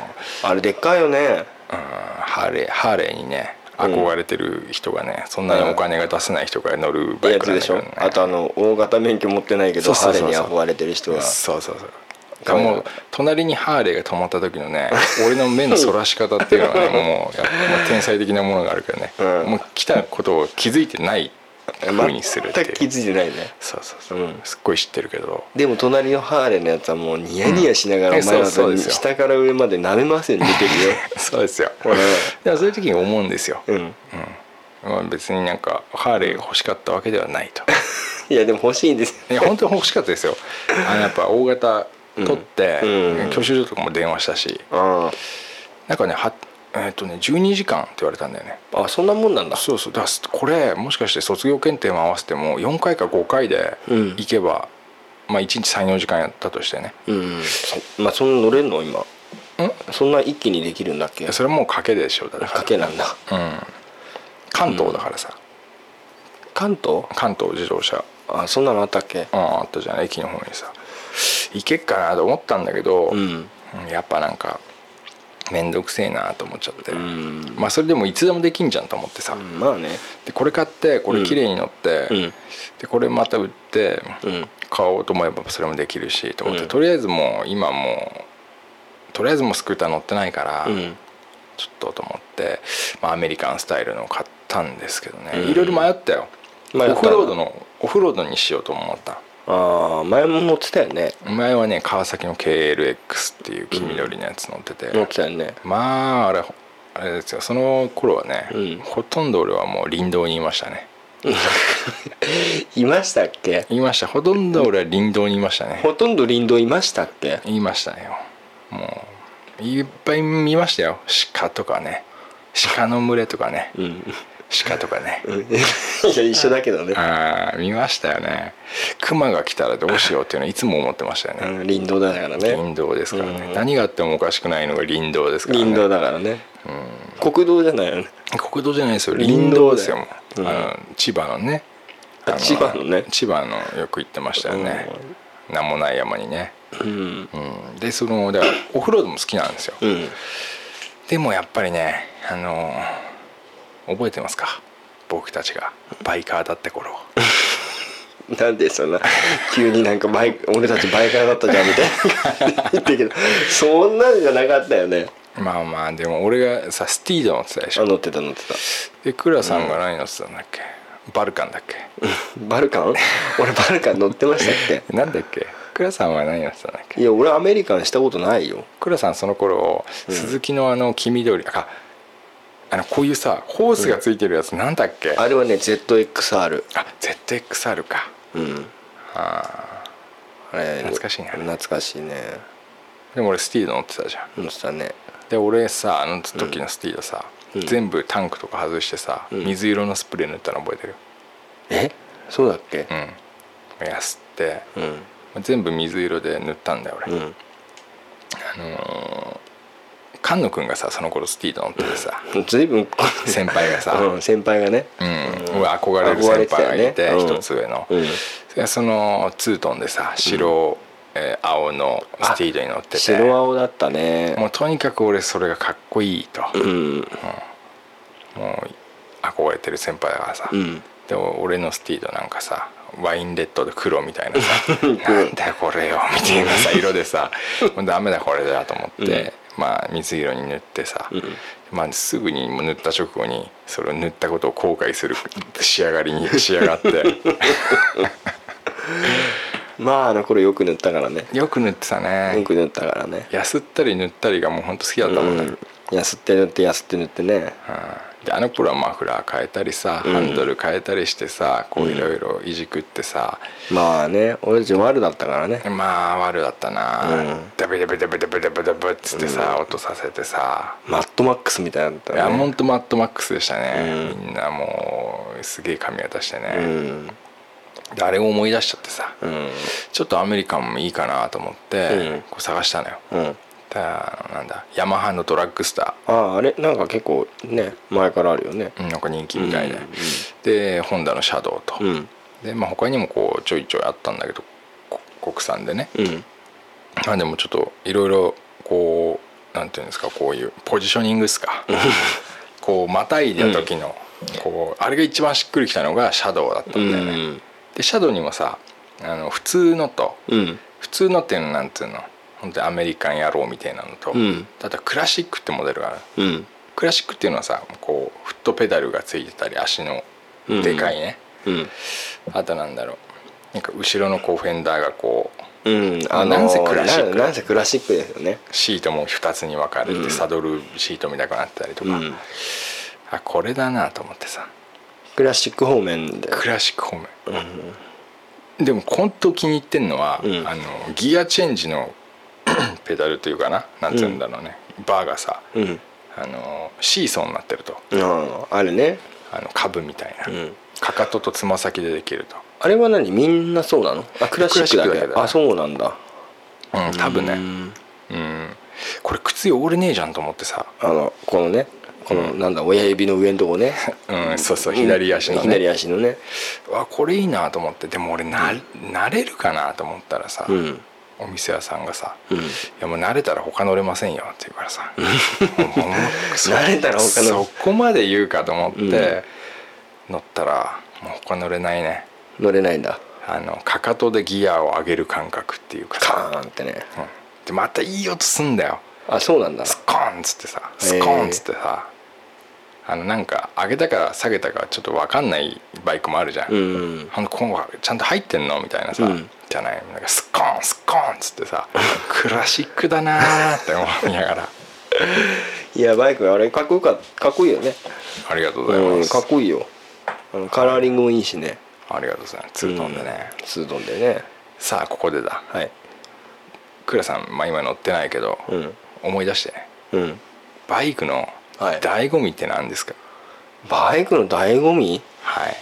あれでっかいよね
うん、ハーレーハーレーにね
うん
憧れてる人がね、そんなにお金が出せない人が乗るバイ
や
ク
つ
なん
で
だ
し
けど、
ょ
ね、
あとあの大型免許持ってないけ
そ
ど
うそ
ハ
う
ーレ
そ
ー
う
に
そう
憧れてる人が
そうそうそうだからもう隣にハーレーが止まった時 のね俺の目のそらし方っていうのはねもうやっぱもう天才的なものがあるからね、
うん
もう来たことを気づいてないふうにするって
全
いう
く気づいてないね
そうそうそう、
うん
すっごい知ってるけど
でも隣のハーレーのやつはもうニヤニヤしなが
うん
らお前ら
そうそうですよ
下から上まで舐めますように見てるよ
そうですよ
これ
でもそういう時に思うんですよ、
うん
まあ、別になんかハーレー欲しかったわけではないと
いやでも欲しいんです
いや本当に欲しかったですよあのやっぱ大型取って、
うんうん
教習所とかも電話したし
あ
なんかねはえっとね12時間って言われたんだよね
あそんなもんなんだ
そうそうだからこれもしかして卒業検定も合わせても4回か5回で
うん
行けば、まあ1日34時間やったとしてね
うんそまあそんな乗れんの今そんな一気にできるんだっ
い
け
やそれはもう賭けでしょだから
賭けなんだ
うん関東だからさ、
関東
関東自動車
あそんなのあったっけ
うんあったじゃない駅の方にさ行けっかなと思ったんだけど、
うん
うんやっぱなんか面倒くせえなと思っちゃって、
うん
まあそれでもいつでもできんじゃんと思ってさ、
うんまあね
でこれ買ってこ
う
れ
ん
綺麗に乗って、
うん
でこれまた売って、
うん
買おうと思えばそれもできるしと思って、
うん
とりあえずもう今もうとりあえずもうスクーター乗ってないから、
うん
ちょっとと思って、まあ、アメリカンスタイルのを買ったんですけどね、
うん
いろいろ迷ったよ
迷った
オフロードのオフロードにしようと思った
ああ前も乗ってたよね
前はね川崎の KLX っていう黄緑のやつ乗ってて、
乗ってたよね
まああれあれですよその頃はね、
うん
ほとんど俺はもう林道にいましたね
いましたっけ
いましたほとんど俺は林道にいましたね
ほとんど林道いましたっけ
いましたよもういっぱい見ましたよ鹿とかね鹿の群れとかね
うん
鹿とかね
うんいや 一緒だけどね
あー見ましたよね熊が来たらどうしようっていうのはいつも思ってましたよ
う
ね
ん林道だからね
林道ですからね、
うん
何があってもおかしくないのが林道ですからね
林道だからね国道じゃないよね
国道じゃないですよ
林
林
道
道
だ
です
よ
よもう、
うん
あの千葉のね
あ
あ
千葉のね
千葉のよく行ってましたよね、なん、もない山にね、
うん
うん、でそのだからオフロードも好きなんですよ、
うん
でもやっぱりねあの覚えてますか僕たちがバイカーだった頃
なんでそん な急になんかバイク俺たちバイカーだったじゃんみたい な言ってるけどそんなんじゃなかったよね
まあまあでも俺がさスティード乗ってたでし
あ
ょ
乗ってた乗ってた
で倉さんが何乗ってたんだっけ、バルカンだっけ
バルカ ン俺バルカン乗ってましたっけ
なんだっけ倉さんは何乗ってたんだっけ
いや俺アメリカンしたことないよ
倉さんその頃、
うん
鈴木のあの黄緑ああのこういうさホースがついてるやつなんだっけ、
あれはね ZXR
あ ZXR か
うん
あ
あれ
懐かしいな
懐かしいね
ーでも俺スティード乗ってたじゃん
乗ってたね
で俺さあの時のスティードさ、
うん
全部タンクとか外してさ、
うん
水色のスプレー塗ったの覚えてる
えそうだっけ
うん目安って
うん
全部水色で塗ったんだよ
う
俺、
ん
あのー菅野くんがさその頃スティード乗っててさ
随分
先輩がさ、
うん先輩がね
うん俺憧れる先輩が
憧れ
い
てた
て
よねうん
一つ上の、
うん
でそのツートンでさ白、えー青のスティードに乗ってて
白青だったね
もうとにかく俺それがかっこいいと、
うん
もう憧れてる先輩だからさ、
うん
でも俺のスティードなんかさワインレッドで黒みたいなさ なんだよこれよみたいなさ色でさもうダメだこれだと思って、まあ水色に塗ってさ、まあ、すぐにもう塗った直後にそれを塗ったことを後悔する仕上がりに仕上がって
まああの頃よく塗ったからね
よく塗ってた
よ
ね
く塗ったからね
やすったり塗ったりがもうほんと好きだったもんね、
うんやすって塗ってやすって塗ってね
うんであの頃はマフラー変えたりさ、
うん
ハンドル変えたりしてさこういろいろいじくってさ、
まあね俺たち悪だったからね
まあ悪だったな、
うん
ダベダベダベダベダベダベっつってさ、音させてさ、
マッドマックスみたいだった
いや
ね
ほんとマッドマックスでしたね、
うん
みんなもうすげえ髪型して
う
ね、
ん
であれを思い出しちゃってさ、
うん
ちょっとアメリカンもいいかなと思って、
うん
こう探したのよ、
うん
ただあのなんだヤマハのドラッグスタ
あああれなんか結構ね前からあるよね
ーうんなんか人気みたいで、
うんうん
でホンダのシャドウと、
うん
で、まあ、他にもこうちょいちょいあったんだけどこ国産でね、
うん
まあでもちょっといろいろこうなんていうんですかこういうポジショニングですかこうまたいだ時の、こうあれが一番しっくりきたのがシャドウだった
うんん
だよね、でシャドウにもさあの普通のと
うん
普通のっていうのなんていうの本当にアメリカン野郎みたいなのと、
うん
あとはクラシックってモデルがある
うん
クラシックっていうのはさこうフットペダルがついてたり足のでかいね、
うん
あとなんだろうなんか後ろのこうフェンダーがこう
うんあの
なんせクラシック
ななんせクラシックですよね
シートも2つに分かれて、
うん
サドルシートみたくなったりと
う
か、
ん
あこれだなと思ってさ
クラシック方面で
クラシック方面、でも本当気に入ってんのは、
うん
あのギアチェンジの ペダルというかななんつうんだろうね、バーがさ
うん
あのシーソーになってると
あああれね
あの株みたいな、
うん
かかととつま先でできると。
あれは何みんなそうなのあクラシックだ
クラシ
け
ックだけだ
あそうなんだ
うん、多分ね
うん
うんこれ靴汚れねえじゃんと思ってさ、
あのこのねこのなんだ親指の上のとこね
うん、そうそう左足のね、
左足のね
わこれいいなと思ってでも俺な,、慣れるかなと思ったらさ、
うん
お店屋さんがさ「
うん
いやもう慣れたら他乗れませんよ」って言うか らさもうそ
慣れたら他乗る
そこまで言うかと思って、
うん
乗ったらもう他乗れないね
乗れないんだ
あのかかとでギアを上げる感覚っていうか
カ
さ、
ーンってね
うんでまたいい音すんだよ
あそうなんだ
スコーンっつってさスコーンっつってさ、あのなんか上げたか下げたかちょっと分かんないバイクもあるじゃん、
うん
あの今後ちゃんと入ってんのみたいなさ、
うん
じゃないなんかスコーンスコーンっつっ てさクラシックだなーって思いながら
いやバイクあれかっこよかかっこいいよね
ありがとうござい
うん
ます、
かっこいいよあのカラーリングもいいしね
ありがとうございますツートンでね、
うんツートンでね
さあここでだ
はい
クラさん、まあ、今乗ってないけど、
うん
思い出してね
うん
バイクの
はい
醍醐味って何ですか
バイクの醍醐味
はい、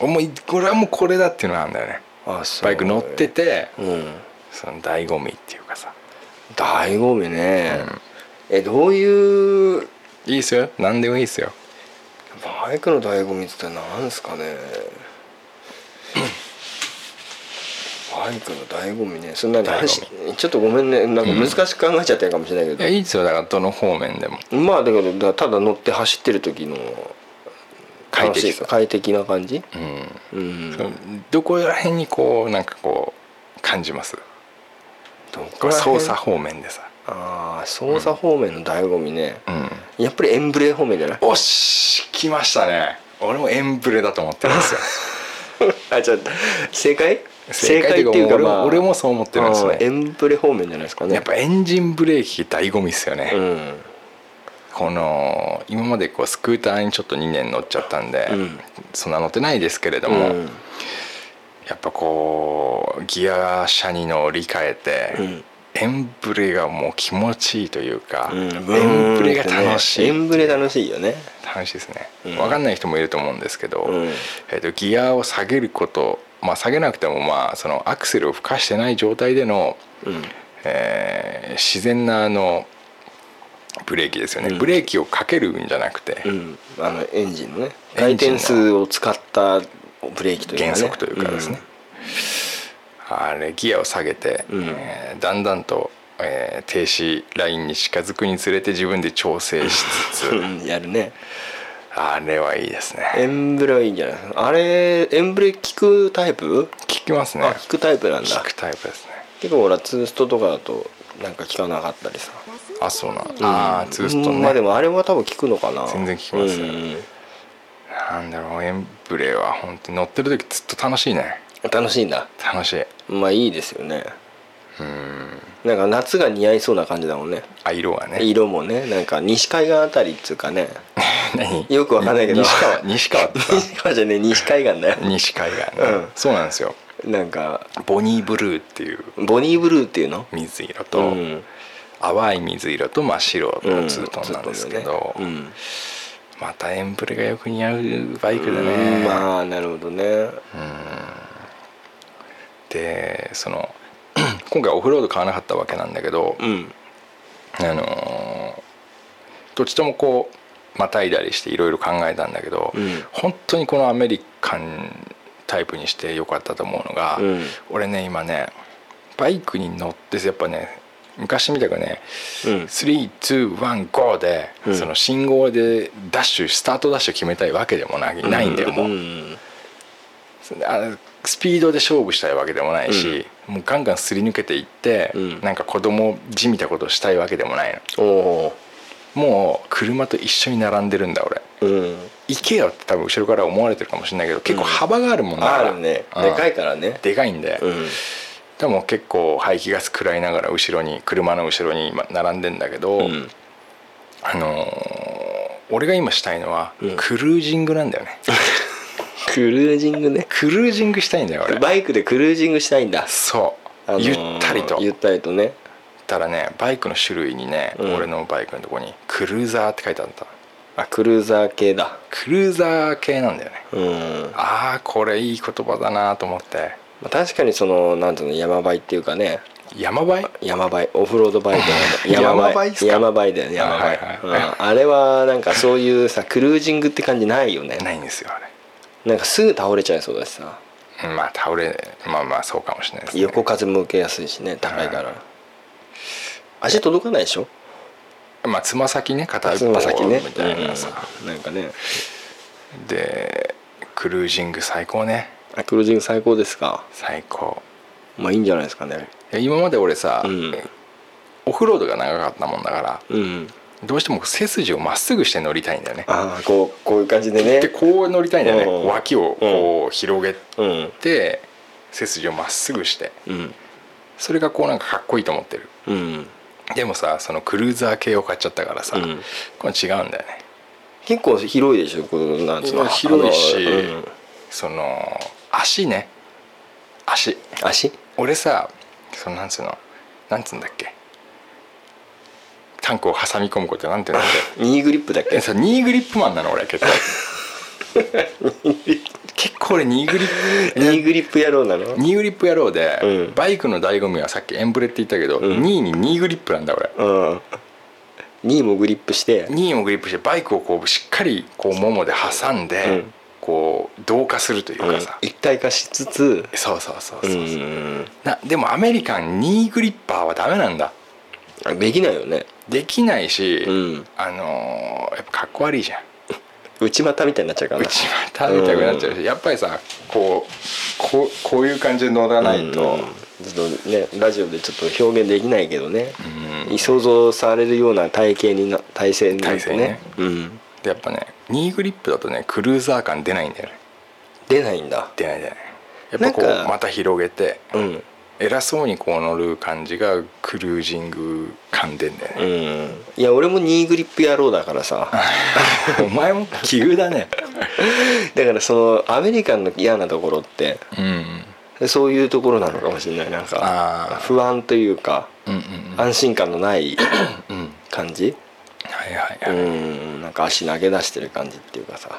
思いこれはもうこれだっていうのなんだよね
あそう
バイク乗ってて
うん
その醍醐味っていうかさ
醍醐味ね、えどういう
いいっすよ何でもいいっすよ
バイクの醍醐味ってなんですか ねバイクの醍醐味ねそんなに
醍醐味
話ちょっとごめんねなんか難しく考えちゃってるかもしれない
いや
け
いいっすよだからどの方面でも
ど、まあだけどだからただ乗って走ってる時の
快適
楽し
さ
い快適な感じ、
うん
うん、
そのどこら辺にこうなんかこう感じます
ど
こ
こ
う
ら辺
操作方面でさ
ああ操作方面の醍醐味ね、
うん
やっぱりエンブレ方面じゃない
おし来ましたね俺もエンブレだと思ってるんですよ
あじゃあ正解
というか俺も,、
まあ
俺もそう思ってるんです
うんエ
ね
ンブレ方面じゃないです かね
やっぱエンジンブレーキ醍醐味っすよね、
うん
この今までこうスクーターにちょっと2年乗っちゃったんで、
うん
そんな乗ってないですけれど
う
も、
ん
やっぱこうギア車に乗り換え
う
て、
ん
エンブレがもう気持ちいいというか、
うん
エンブレが楽しい
エンブレ楽しいよね
話ですね、
うん
分かんない人もいると思うんですけど、
うん
えー、とギアを下げること、まあ、下げなくても、まあ、そのアクセルを吹かしてない状態での、
うん
えー自然なあのブレーキですよね、
うん
ブレーキをかけるんじゃなくて、
うん、あのエンジンのね回
エンジン
転
の
数を使ったブレーキというか、ね、
原則というかですね、あれギアを下げて、
うん
えーだんだんと、えー停止ラインに近づくにつれて自分で調整しつ
うん、
つ
うんやるね
あれはいいです
エ
ね
ンブレはいいんじゃないあれエンブレ効くタイプ、
聞きますね
あ効くタイプなん
聞
だ
くタイプですね
結構ほらツーストとかだとなんか効かなかったりさ
あそうなん、ああツースト
う
ね、
んまあでもあれは多分効くのかな
全然効きます
う
ね
ん
なんだろうエンブレは本当に乗ってる時ずっと楽しいね
楽しいんだ
楽しい
まあいいですよね
うん
なんか夏が似合いそうな感じだもんね
あ色がね
色もねなんか西海岸あたりっつうかね
何
よくわかんないけど
西川西川って さ
西川じゃねえ西海岸だよ
西海岸ね、
うん
そうなんですよ
なんか
ボニーブルーっていう
ボニーブルーっていうの
水色と、
うん
淡い水色と真っ白
う
のツートンなんですけど、
ツートンだよね
またエンブレがよく似合うバイ
う
ク
ん
だね、
うんまあなるほどね
でその今回オフロード買わなかったわけなんだけど、
うん
あのーどっちともこうまたいだりしていろいろ考えたんだけど、
うん
本当にこのアメリカンタイプにしてよかったと思うのが、
うん
俺ね今ねバイクに乗ってやっぱね昔みたくね
うん
321ゴーで、
うん
その信号でダッシュスタートダッシュ決めたいわけでもない,、ん、ないんだよもう、
ん
あスピードで勝負したいわけでもないし、もうガンガンすり抜けていって、
うん
なんか子供じみたことをしたいわけでもないの
おお
もう車と一緒に並んでるんだ俺
ーうん
行けよって多分後ろから思われてるかもしれないけど結構幅があるもんだから、
あるね
うん
でかいからね
でかいんで、
うん
でも結構排気ガス食らいながら後ろに車の後ろに今並んでんだけど、
うん
あのー俺が今したいのは
うん
クルージングなん だよね、
クルージングね
クルージングしたいんだよ俺
バイクでクルージングしたいんだ
そう、
あのー
ゆったりと
ゆったりとね
たらねバイクの種類にね、
うん
俺のバイクのとこにクルーザーって書いてあった
あクルーザー系だ
クルーザー系なんだよね
うんま
ああこれいい言葉だなと思って
あ確かにそのなんていうの山バイっていうかね
山バイ
山バイオフロードバイク の
山バイっすか
山バイだよね山バイ、
はいはい
うん
はい
あれはなんかそういうさクルージングって感じないよね
ないんですよあれ
なんかすぐ倒れちゃいそうだしさ
うんまあ倒れまあまあそうかもしれないです、ね、
横風も受けやすいしね高いから足届かないでしょ
まあつま先ね片
つ
一
ま
方
先ね
みたいなさ、
うんなんかね
でクルージング最高ね
あクルージング最高ですか
最高
まあいいんじゃないですかね
いや今まで俺さ、
うん
オフロードが長かったもんだから
うん
どうしても背筋をまっすぐして乗りたいんだよね
ああこうこういう感じでね
でこう乗りたいんだよね、
うん
脇をこう広げ
うん
て背筋をまっすぐして
うん
それがこうなんかかっこいいと思ってる
うん
でもさそのクルーザー系を買っちゃったからさ、
うん
これ違うんだよね
結構広いでしょこのなんつうの
広いし、
あのうん
その足ね足
足
俺さそのなんつうのなんつうんだっけタンクを挟み込むことなんて言うんだっ
ニーグリップだっ
けえ
け
さニーグリップマンなの俺結構 結構俺ニーグリップ
ニーグリップ野郎なの
ニーグリップ野郎で、
うん
バイクの醍醐味はさっきエンブレって言ったけど、
うん
2位にニーグリップなんだ俺
うんニーもグリップして
2位をグリップしてバイクをこうしっかりこうももで挟んで、
うん
こう同化するという
うん
かさ、
一体化しつつ
そうそうそう
う
そう、
ん
なでもアメリカンニーグリッパーはダメなんだ
あできないよね
できないし、
うん
あのーやっぱかっこ悪いじゃん
内股みたいになっちゃうからな
内股みたいになっちゃうし、やっぱりさこうこうこういう感じで乗らないと、
うんちょっとねラジオでちょっと表現できないけどね想像されるような体型にな体勢になるとね
体
うん
でやっぱねニーグリップだとねクルーザー感出ないんだよね
出ないんだ
出ない出ないやっぱこ
なん
う
か
また広げて
うん
偉そうにこう乗る感じがクルージング感出んだよ
う
ね、
んいや俺もニーグリップ野郎だから さ
お前も奇遇だね
だからそのアメリカンの嫌なところって
うん
そういうところなのかもしれないなんか
あー
不安というか
うんうんうん
安心感のない
うん
感じ
ははい
う
はいはい
んなんか足投げ出してる感じっていうかさ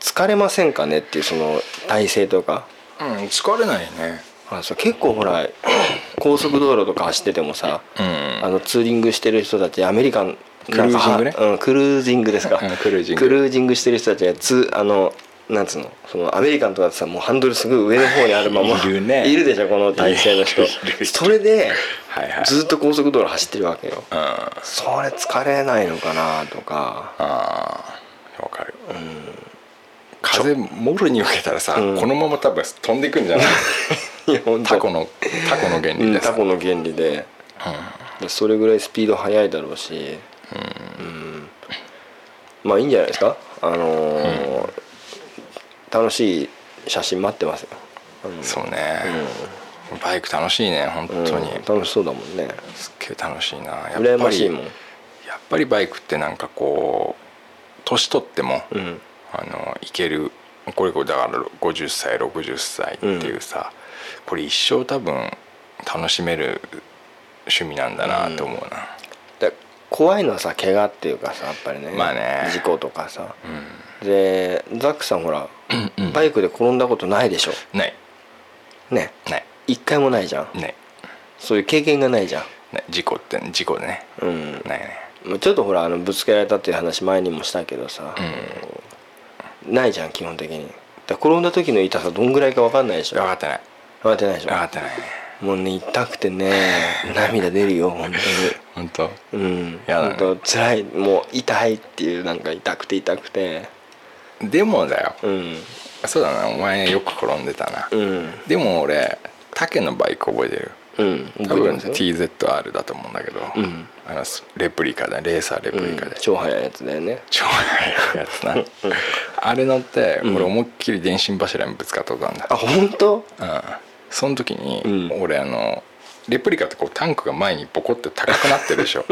疲れませんかねっていうその体勢とか
うん、うん、疲れないね
あそう結構ほら 高速道路とか走っててもさ、
うん
あのツーリングしてる人たちアメリカン
クルージングね
なんかはうん、クルージングですか、
うんクルージング
クルージングしてる人たちがつあのなんつうのそのアメリカンとかってさもうハンドルすぐ上の方にあるまま
いるね
いるでしょこの体勢の人
いるいる
それで
はいはい
ずっと高速道路走ってるわけよ
うんあ
それ疲れないのかなとか
あーわかる、風もろに受けたらさ、
うん
このまま多分飛んでくんじ ゃない
いや本当
タコのタコの原
う
理
ん
です、
タコの原理ででそれぐらいスピード速いだろうしうんまあいいんじゃないですかあのー楽しい写真待ってますよあの
そうね、バイク楽しいね本当に、
うん楽しそうだもんね
すっげえ楽しいなやっぱり
羨ましいもん
やっぱりバイクってなんかこう年取っても、
うん
あのいけるこれこれだから50歳60歳っていうさ、これ一生多分楽しめる趣味なんだなと思うな、
で怖いのはさ怪我っていうかさやっぱりね,、
まあね
事故とかさ
うん
でザックさんほらバイクで転んだことないでしょ
ない
ね
ない
一回もないじゃん
ない
そういう経験がないじゃん
ない事故って事故ね
うん
ないね
まあちょっとほらあのぶつけられたっていう話前にもしたけどさ、ないじゃん基本的にだから転んだ時の痛さどんぐらいか分かんないでしょ
分かってない
分かってないでし
分かっ
ょ
てないね
もうね痛くてね涙出る よ本
本当
当にうん
やだね
本当辛いもう痛いっていうなんか痛くて痛くて
でもだよ
うん
そうだなお前よく転んでたな、
うん
でも俺タケのバイク覚えてる
うん
多
覚
分
えてますよ
TZR だと思うんだけど、
ん
あのレプリカだレーサーレプ
う
リ
ん
カで、
超速いやつだよね
超速いやつなあれ乗って俺思いっきり電信柱にぶつかったことあるんだ
あ本当
うんその時に
うん
俺あのレプリカってこうタンクが前にボコって高くなってるで しょ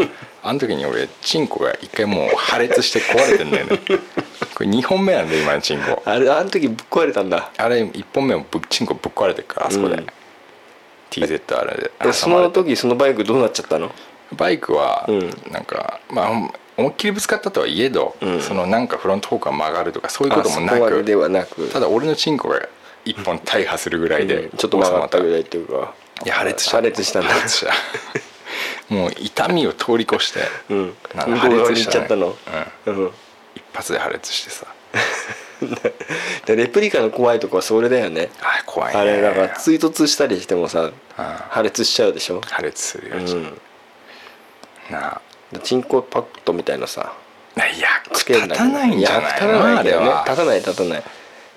あの時に俺チンコが一回もう破裂して壊れてんだよねこれ2本目なんで今のチンコ
あれあの時ぶっ壊れたんだ
あれ1本目もぶチンコぶっ壊れてるからあそこで、
うん
TZR で
でその
挟まれて
時そのバイクどうなっちゃったの
バイクは
うん
なんか、まあ思いっきりぶつかったとはいえど、
うん
そのなんかフロントフォークが曲がるとかそういうこともな
あそこま
く
でではなく
ただ俺のチンコが一本大破するぐらいで
うんちょっと曲がったぐら
い
いっていうか
いや破裂した
破裂したんだ
破裂した もう痛みを通り越して、
うん
なんか
向こう側に行っちゃった
う
の
ん、
うん
一発で破裂してさ
でレプリカの怖いとこはそれだよね
あ怖いね
あれだから追突したりしてもさ
うん
破裂しちゃうでしょ
破裂するよ、
う
ち
ん
なあ
チンコパッドみたいなさ
いや
つけん
立
だ
たないんじゃ
や
ない
立たない
あ
け
れ
どね
は
立たない立たない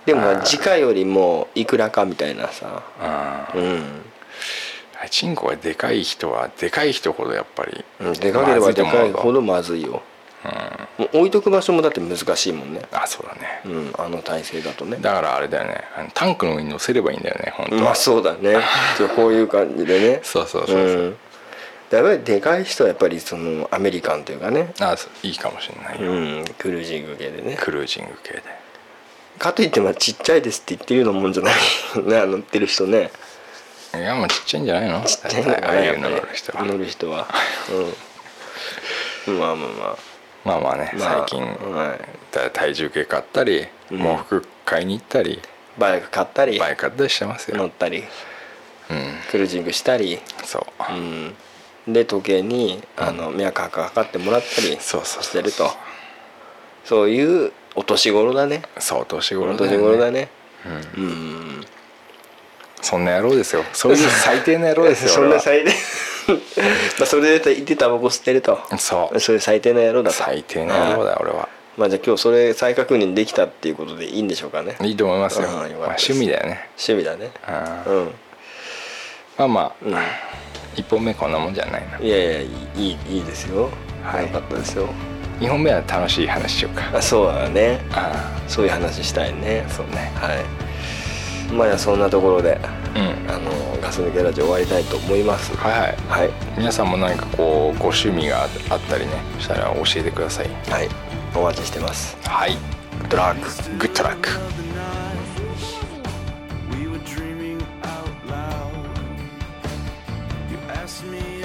でも
あー
時価よりもいくらかみたいなさ
うん
うん
チンコがでかい人はでかい人ほどやっぱり、
うんでかければでかいほ
ど、
どまずいよ
うん
もう置いとく場所もだって難しいもんね
あそうだね、
うんあの体勢だとね
だからあれだよねあのタンクの上に乗せればいいんだよね本当は、
まあそうだねちょっとこういう感じでね
そうそうそうそうん
でやっぱりでかい人はやっぱりそのアメリカンというかね、
あそういいかもしれないよ、
うん、クルージング系でね
クルージング系で
かといってまあちっちゃいですって言ってるようなもんじゃない ねあの乗ってる人ね
いやもうちっちゃいんじゃないの
ちっちゃいんだ
あ
か
あ
ら
い
やっ
う
ぱ
の
り
乗る人は
乗る人は、うん、まあまあま
まあまあね、
あ、まあ、
最近、
はい、
だ体重計買ったり
うん
毛服買いに行ったり、
バイク買ったり
バイク買ったりしてます
乗
よ
っ、たり
うん、
クルージングしたり、
そう、
うん、で時計にあの脈拍測ってもらったり
そうそうそうそう
してるとそういうお年頃だね
そう年
お
頃だよ
年
ね
頃だね
うん
うん
そんな野郎ですよそういう最低な野郎ですよ
そん
俺
な
は
最低まあそれで言ってタバコ吸ってると
そう
そういう最低な野郎だと
最低な野郎だ
はい
よ俺は
まあじゃあ今日それ再確認できたっていうことでいいんでしょうかね
いいと思いますよ、
うんよかったです
まあ、趣味だよね
趣味だね
あ
う
ー
ん
まあまあ、
うん
一本目こんなもんじゃないない
やいやいいいいいいですよ
はい
よかったですよ
二本目は楽しい話しようか
あそうだね
あ
そういう話したいね
あそうね
はいまあそんなところで
うん
あのガス抜けラジオ終わりたいと思います
はいはい
はい
皆さんも何かこうご趣味がああったりねしたら教えてください
はいお待ちしてます
はい
ドラッグ
グッドラック
We were dreaming out loud. You asked me